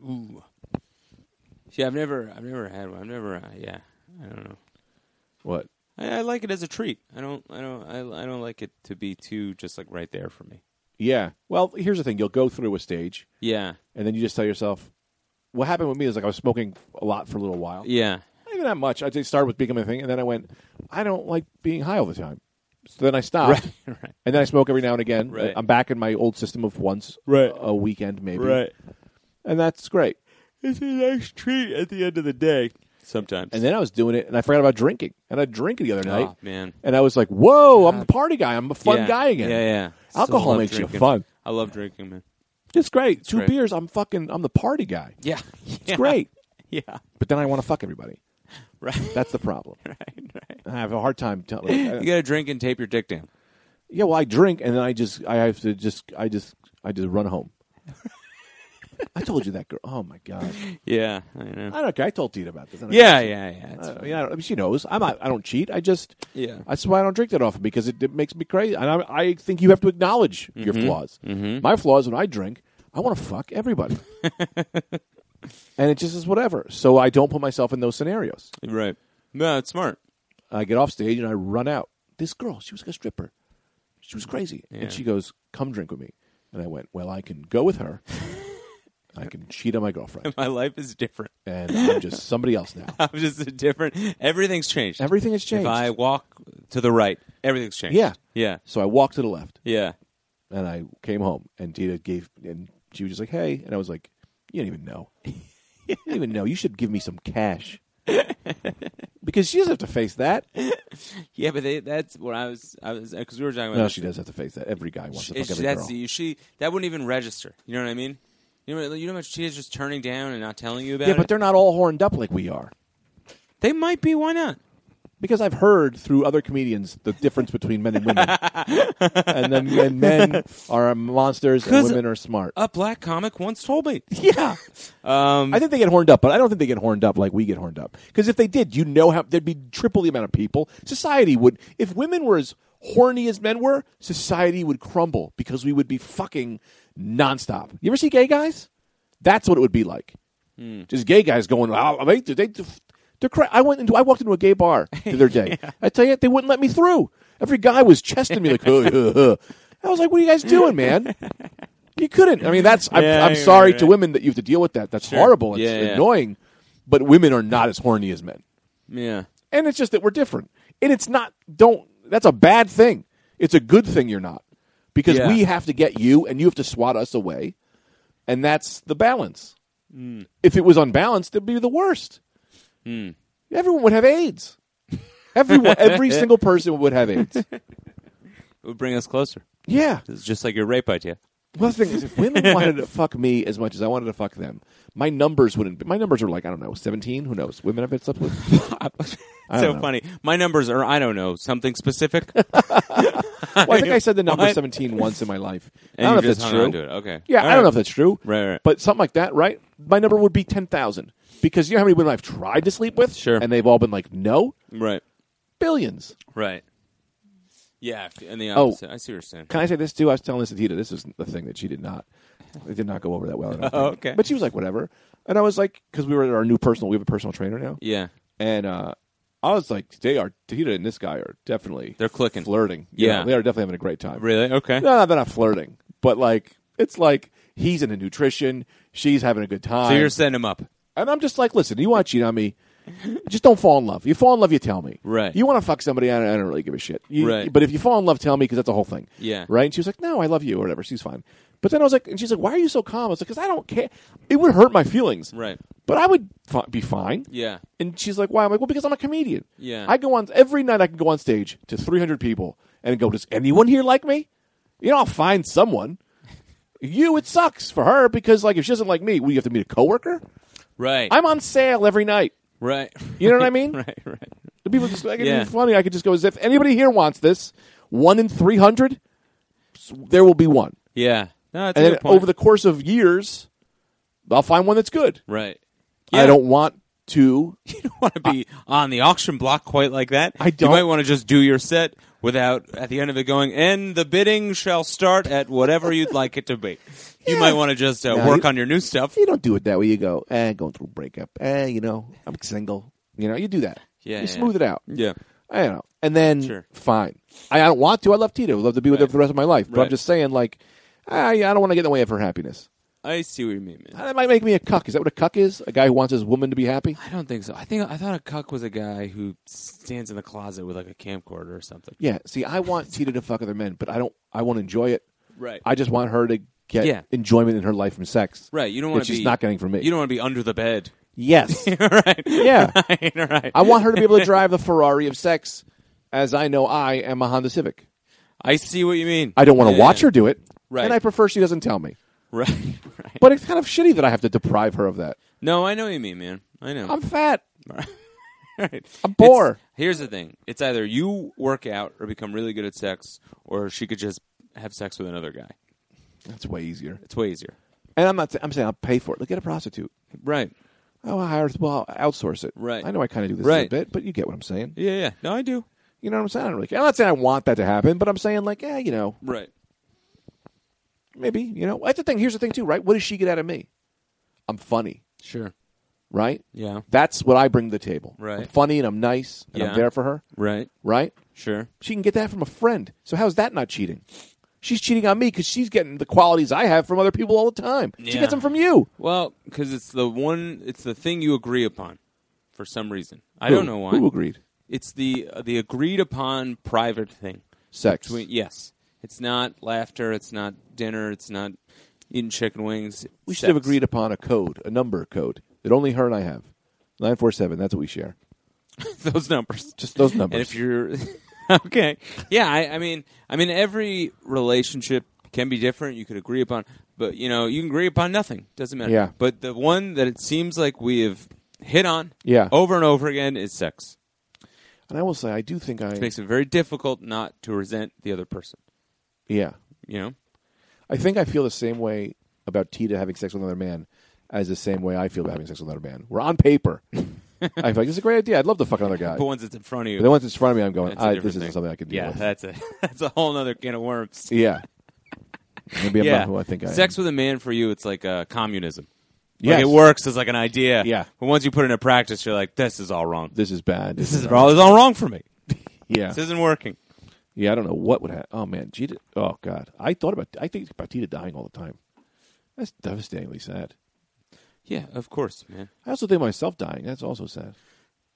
Ooh. Yeah, I've never, I've never had one. I've never, uh, yeah, I don't know. What? I, I like it as a treat. I don't, I don't, I, I don't like it to be too just like right there for me. Yeah. Well, here's the thing. You'll go through a stage, Yeah, and then you just tell yourself, "What happened with me is like I was smoking a lot for a little while. yeah, Not even that much. I just started with becoming a thing, and then I went, I don't like being high all the time. So then I stopped, Right, right. and then I smoke every now and again. Right. I'm back in my old system of once Right. a weekend maybe, and that's great. It's a nice treat at the end of the day. Sometimes. And then I was doing it, and I forgot about drinking. And I drank the other night, Oh, man. And I was like, "Whoa, I'm a party guy. I'm a fun Yeah. guy again. Yeah, yeah. Still Alcohol love makes you drinking. fun. I love drinking, man. It's great. Two great. beers. I'm fucking. I'm the party guy. Yeah, It's great. Yeah, But then I want to fuck everybody. right, That's the problem. right, right. I have a hard time telling. You gotta drink and tape your dick down. yeah, well, I drink, and then I just, I have to just, I just, I just run home. I told you that girl. Oh my god. Yeah, I know. I don't care. I told Tita about this. I don't Yeah, care. yeah, yeah. I, It's I mean, I don't, I mean, she knows. I'm not, I don't cheat. I just. Yeah. That's why I don't drink that often because it, it makes me crazy. And I, I think you have to acknowledge your Mm-hmm. flaws. My flaws when I drink, I want to fuck everybody. and it just is whatever. So I don't put myself in those scenarios. Right. No, it's smart. I get off stage and I run out. This girl, she was like a stripper. She was crazy. Yeah. And she goes, Come drink with me. And I went, Well, I can go with her. I can cheat on my girlfriend. My life is different. And I'm just somebody else now. I'm just a different. Everything's changed. Everything has changed. If I walk to the right, everything's changed. Yeah. Yeah. So I walked to the left Yeah. and I came home and Dita gave and she was just like, Hey and I was like, You don't even know. You don't even know. You should give me some cash. because she doesn't have to face that. Yeah, but they, that's what I was. I was because we were talking about. No, this. she does have to face that. Every guy wants She, to fuck she- every that's girl. the- she. That wouldn't even register. You know what I mean? You know, you know how much she is just turning down and not telling you about yeah, but it. they're not all horned up like we are. They might be. Why not? because I've heard through other comedians the difference between men and women, and then and men are monsters and 'Cause- women are smart. A black comic once told me. yeah, Um, I think they get horned up, but I don't think they get horned up like we get horned up. Because if they did, you know how there'd be triple the amount of people. Society would, if women were as horny as men were, society would crumble because we would be fucking nonstop. You ever see gay guys? That's what it would be like. Hmm. Just gay guys going, oh, they, they, they're cra- I went into, I walked into a gay bar the other day. I tell you, they wouldn't let me through. Every guy was chesting me like, "Huh, huh, huh." I was like, what are you guys doing, man? You couldn't. I mean, that's. I'm, Yeah, I'm you're sorry right. to women that you have to deal with that. That's horrible. It's Yeah, yeah. annoying. But women are not as horny as men, yeah. and it's just that we're different. And it's not. Don't. That's a bad thing. It's a good thing you're not, because Yeah. we have to get you, and you have to swat us away, and that's the balance. Hmm. If it was unbalanced, it'd be the worst. Everyone would have AIDS. Everyone, every single person would have AIDS. It would bring us closer. Yeah. It's just like your rape idea. Well, the thing is, if women wanted to fuck me as much as I wanted to fuck them, my numbers wouldn't. Be, my numbers are like I don't know, seventeen. Who knows? Women I've been slept with. I don't so know. funny. My numbers are I don't know something specific. Well, I think I said the number What? seventeen once in my life. And you I don't know if just that's hung true. on to it. Okay. Yeah, All I don't know right. if that's true. Right, right. But something like that, right? My number would be ten thousand because you know how many women I've tried to sleep with, Sure. and they've all been like, no, Right. billions. Right. Yeah, and the Oh. opposite. I see what you're saying. Can I say this too? I was telling this to Tita. This is the thing that she did not. It did not go over that well. I don't Oh, think. okay. But she was like, whatever. And I was like, because we were at our new personal. We have a personal trainer now. Yeah. and uh, I was like, they are Tita and this guy are definitely They're clicking. flirting. You Yeah. know, they are definitely having a great time. Really? Okay. No, they're not flirting, but like it's like he's into nutrition, she's having a good time, So you're setting him up. and I'm just like, listen, you want to cheat on me? Just don't fall in love. You fall in love, you tell me. Right. You want to fuck somebody? I don't, I don't really give a shit. You- Right. But if you fall in love, tell me because that's the whole thing. Yeah. Right. And she was like, no, I love you or whatever. She's fine. But then I was like, and she's like, why are you so calm? I was like, because I don't care. It would hurt my feelings. Right. But I would fi- be fine. Yeah. And she's like, "Why?" I'm like, "Well, because I'm a comedian. Yeah. I go on every night. I can go on stage to 300 people and go, "Does anyone here like me?" You know, I'll find someone. You, it sucks for her because like if she doesn't like me, we have to meet a coworker. Right. I'm on sale every night. right. You know what I mean? right. Right. The people just like it'd Yeah. be funny. I could just go as if anybody here wants this. One in 300, s- there will be one, Yeah. No, that's a and then good point. over the course of years, I'll find one that's good. right. I Yeah. don't want to You don't want to be on the auction block quite like that. I don't. You might want to just do your set without at the end of it going, and the bidding shall start at whatever you'd like it to be. You might want to just uh, No, work you- on your new stuff. You don't do it that way. You go, eh, going through a breakup. Eh, you know, I'm single. You know, you do that. Yeah, you yeah, smooth it out. Yeah. I don't know. And then, Sure. fine. I, I don't want to. I love Tito. I love to be with her for the rest of my life. But Right. I'm just saying, like, I, I don't want to get in the way of her happiness. I see what you mean, man. That might make me a cuck. Is that what a cuck is? A guy who wants his woman to be happy? I don't think so. I think I thought a cuck was a guy who stands in the closet with like a camcorder or something. Yeah. See, I want Tito to fuck other men, but I don't. I won't enjoy it. Right. I just want her to get Yeah. enjoyment in her life from sex. right. You don't That want to she's be not getting from me. You don't want to be under the bed. Yes. right. Yeah. Right. Right. I want her to be able to drive the Ferrari of sex, as I know I am a Honda Civic. I see what you mean. I don't want to Yeah, watch yeah. her do it, Right. and I prefer she doesn't tell me. Right. Right. But it's kind of shitty that I have to deprive her of that. No, I know what you mean, man. I know. I'm fat. right. I'm poor. It's- here's the thing: it's either you work out or become really good at sex, or she could just have sex with another guy. That's way easier. It's way easier. And I'm not. sa- I'm saying I'll pay for it. Look, get a prostitute. Right. Oh, I hire. Well, I'll outsource it. Right. I know I kind of do this Right. a bit, but you get what I'm saying. Yeah. Yeah. No, I do. You know what I'm saying? I don't really care. I'm not saying I want that to happen, but I'm saying like, yeah, you know, Right. maybe. You know, that's the thing. Here's the thing too, right? What does she get out of me? I'm funny, Sure. right? Yeah. That's what I bring to the table. Right. I'm funny and I'm nice and Yeah. I'm there for her, Right. right? Sure. She can get that from a friend. So how's that not cheating? She's cheating on me because she's getting the qualities I have from other people all the time. She Yeah. gets them from you. Well, because it's the one, it's the thing you agree upon, for some reason. I Who? don't know why. Who agreed? It's the uh, the agreed upon private thing. Sex. Between yes, it's not laughter. It's not dinner. It's not eating chicken wings. we It's should have sex. agreed upon a code, a number code that only her and I have. Nine four seven. That's what we share. those numbers. Just those numbers. And if you're okay, yeah, I, I mean, I mean, every relationship can be different. You could agree upon, but you know, you can agree upon nothing. Doesn't matter. Yeah. But the one that it seems like we have hit on, Yeah. over and over again is sex. I And I will say, I do think I. It makes it very difficult not to resent the other person. Yeah. You know, I think I feel the same way about Tita having sex with another man as the same way I feel about having sex with another man. We're on paper. I feel like this is a great idea. I'd love to fuck another guy. but once it's in front of you, But then once it's in front of me, I'm going, That's a I, different this isn't thing. something I can do. yeah, with. that's a that's a whole other can of worms. yeah. Maybe I'm yeah, not who I think I sex am. with a man for you, it's like uh, communism. Yes. Like it works as like an idea. Yeah. but once you put it into practice, you're like, this is all wrong. This is bad. This is all, this is all wrong for me. Yeah. This isn't working. Yeah, I don't know what would happen. Oh man, Tita. Oh god, I thought about. I think about Tita dying all the time. That's devastatingly sad. Yeah, of course, man. I also think myself dying. That's also sad.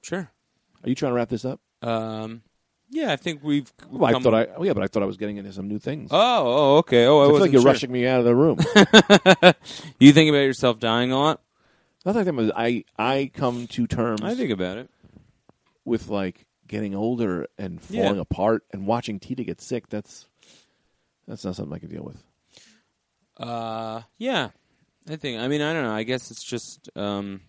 Sure. Are you trying to wrap this up? Um, yeah, I think we've. Well, I come- thought I. Oh yeah, but I thought I was getting into some new things. Oh, oh, okay. Oh, I, I feel wasn't like you're sure. rushing me out of the room. You think about yourself dying a lot? Not that I'm- I I come to terms I think about it. with like getting older and Yeah. falling apart and watching Tita get sick. That's that's not something I can deal with. Uh, yeah, I think. I mean, I don't know. I guess it's just. Um,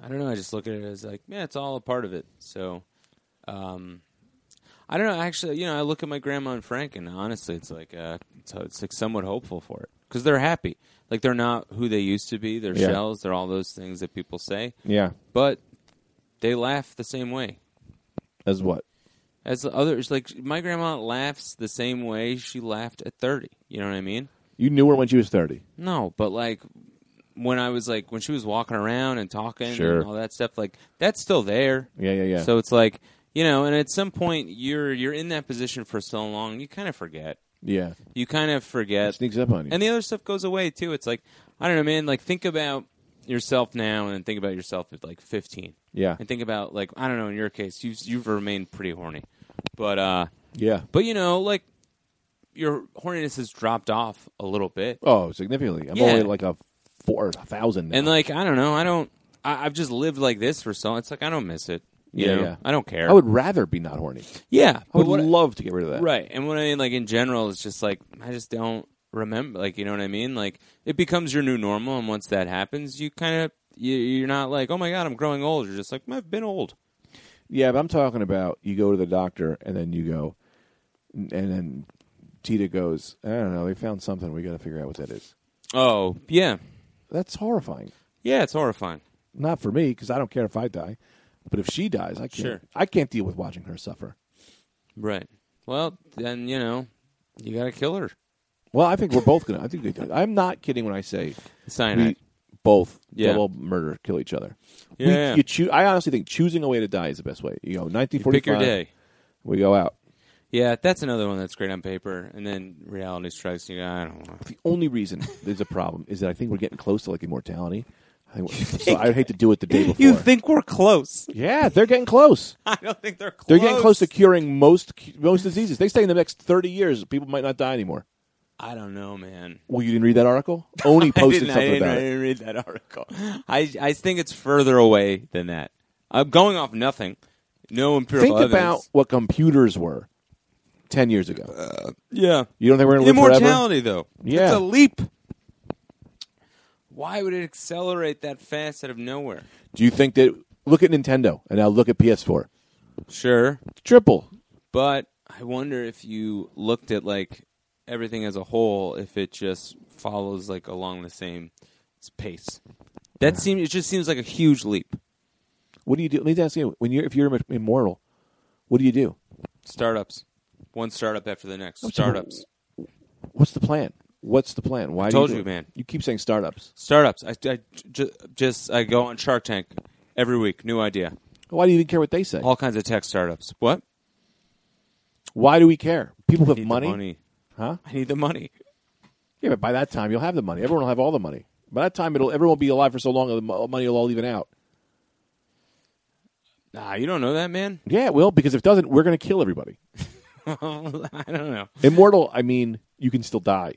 I don't know. I just look at it as like, yeah, it's all a part of it. So, um, I don't know. Actually, you know, I look at my grandma and Frank, and honestly, it's like, uh, it's, it's like somewhat hopeful for it because they're happy. Like they're not who they used to be. They're Yeah. shells. They're all those things that people say, Yeah, but they laugh the same way. as what? As the others, like my grandma laughs the same way she laughed at thirty. You know what I mean? You knew her when she was thirty. No, but like when I was like when she was walking around and talking Sure. and all that stuff, like that's still there. Yeah, yeah, yeah. So it's like you know, and at some point you're you're in that position for so long, you kind of forget. yeah, You kind of it forget, sneaks up on you. and the other stuff goes away too. It's like I don't know, man. Like think about yourself now, and then think about yourself at like 15, yeah, and think about like I don't know. In your case, you you've remained pretty horny, but uh, yeah. but you know, like your horniness has dropped off a little bit. Oh, significantly. I'm Yeah. only like a four thousand. And like I don't know, I don't. I, I've just lived like this for so. It's like I don't miss it. You Yeah, know? yeah. I don't care. I would rather be not horny. Yeah, I would but what- love to get rid of that. right. And what I mean, like in general, is just like I just don't remember. Like you know what I mean? Like it becomes your new normal, and once that happens, you kind of you, you're not like, oh my god, I'm growing old. You're just like, I've been old. Yeah, but I'm talking about you go to the doctor and then you go, and then Tita goes. I don't know. They found something. We got to figure out what that is. Oh yeah, That's horrifying. yeah. It's horrifying. Not for me because I don't care if I die, but if she dies, I can't. Sure. I can't deal with watching her suffer. Right. Well, then you know, you gotta kill her. Well, I think we're both gonna. I think they do. I'm not kidding when I say Cyanide. we both Yeah. double murder, kill each other. Yeah, We- yeah. You choo- I honestly think choosing a way to die is the best way. You go 1945. Pick your day. We go out. Yeah, that's another one that's great on paper, and then reality strikes you. I don't know. The only reason there's a problem is that I think we're getting close to like immortality. I think we're- so I'd hate to do it the day before. You think we're close? Yeah, they're getting close. I don't think they're close. They're getting close to curing most most diseases. They say in the next 30 years, people might not die anymore. I don't know, man. Well, you didn't read that article? Oni I posted didn't, I something didn't, about I it. didn't read that article. I I think it's further away than that. I'm going off nothing. No empirical Think about evidence. what computers were 10 years ago. yeah you don't think we're going to live forever? immortality though. Yeah. it's a leap. Why would it accelerate that fast out of nowhere? Do you think that look at Nintendo and now look at PS4. Sure, Triple. But I wonder if you looked at like everything as a whole, if it just follows like along the same s- pace. That seems it just seems like a huge leap. What do you do? Let me ask you, when you're if you're im- immortal, what do you do? Startups, one startup after the next. Startups, What's the plan? What's the plan? Why do told do you, it? man. You keep saying startups. startups. I, I ju- just I go on Shark Tank every week. New idea, Why do you even care what they say? all kinds of tech startups. What? Why do we care? People Need have the money, money. huh? I need the money. Yeah, but by that time you'll have the money. Everyone will have all the money. By that time, it'll everyone will be alive for so long, the mo- money will all even out. Nah, you don't know that, man. Yeah, it will because if it doesn't, we're going to kill everybody. I don't know. Immortal, I mean, you can still die,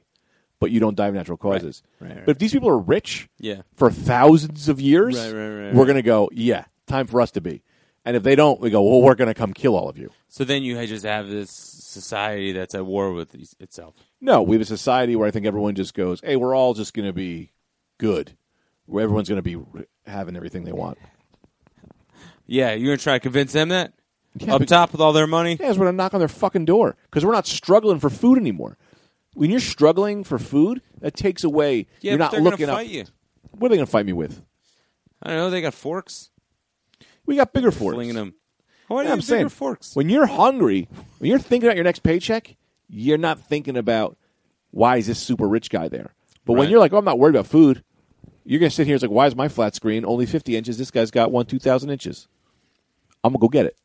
but you don't die of natural causes. Right, right. But if these people are rich, Yeah. for thousands of years, Right, right, right, we're right. going to go. Yeah, time for us to be. And if they don't, we go. Well, we're going to come kill all of you. So then you just have this society that's at war with it- itself. No, we have a society where I think everyone just goes, "Hey, we're all just going to be good. Where everyone's going to be r- having everything they want." Yeah, you're gonna try to convince them that Yeah, up but- top with all their money. Yeah, is we're gonna knock on their fucking door because we're not struggling for food anymore. When you're struggling for food, that takes away. Yeah, you're but not they're looking gonna up. fight you. What are they gonna fight me with? I don't know. They got forks. We got bigger forks. Flinging them. Why do Yeah, you I'm have saying bigger forks? when you're hungry, when you're thinking about your next paycheck, you're not thinking about why is this super rich guy there. But when Right. you're like, oh, I'm not worried about food, you're gonna sit here. It's like, why is my flat screen only 50 inches? This guy's got one 2,000 inches. I'm gonna go get it.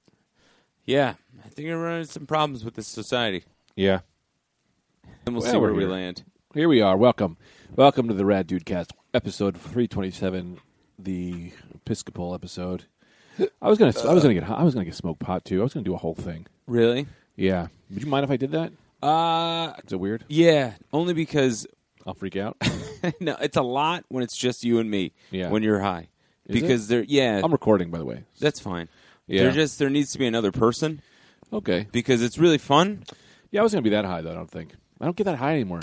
Yeah, I think we're running into some problems with this society, Yeah. and we'll Well, see where we're we here. land. Here we are. Welcome. Welcome to the Rad Dude Cast, episode 327, the Episcopal episode. I was going to I was going to get I was going to get smoked pot too. I was going to do a whole thing. Really? Yeah. Would you mind if I did that? Uh, Is it weird? yeah. Only because I'll freak out. no, it's a lot when it's just you and me. Yeah. When you're high, Is because there, yeah, I'm recording by the way. that's fine. Yeah. There just there needs to be another person Okay. because it's really fun. Yeah, I was going to be that high though, I don't think. I don't get that high anymore.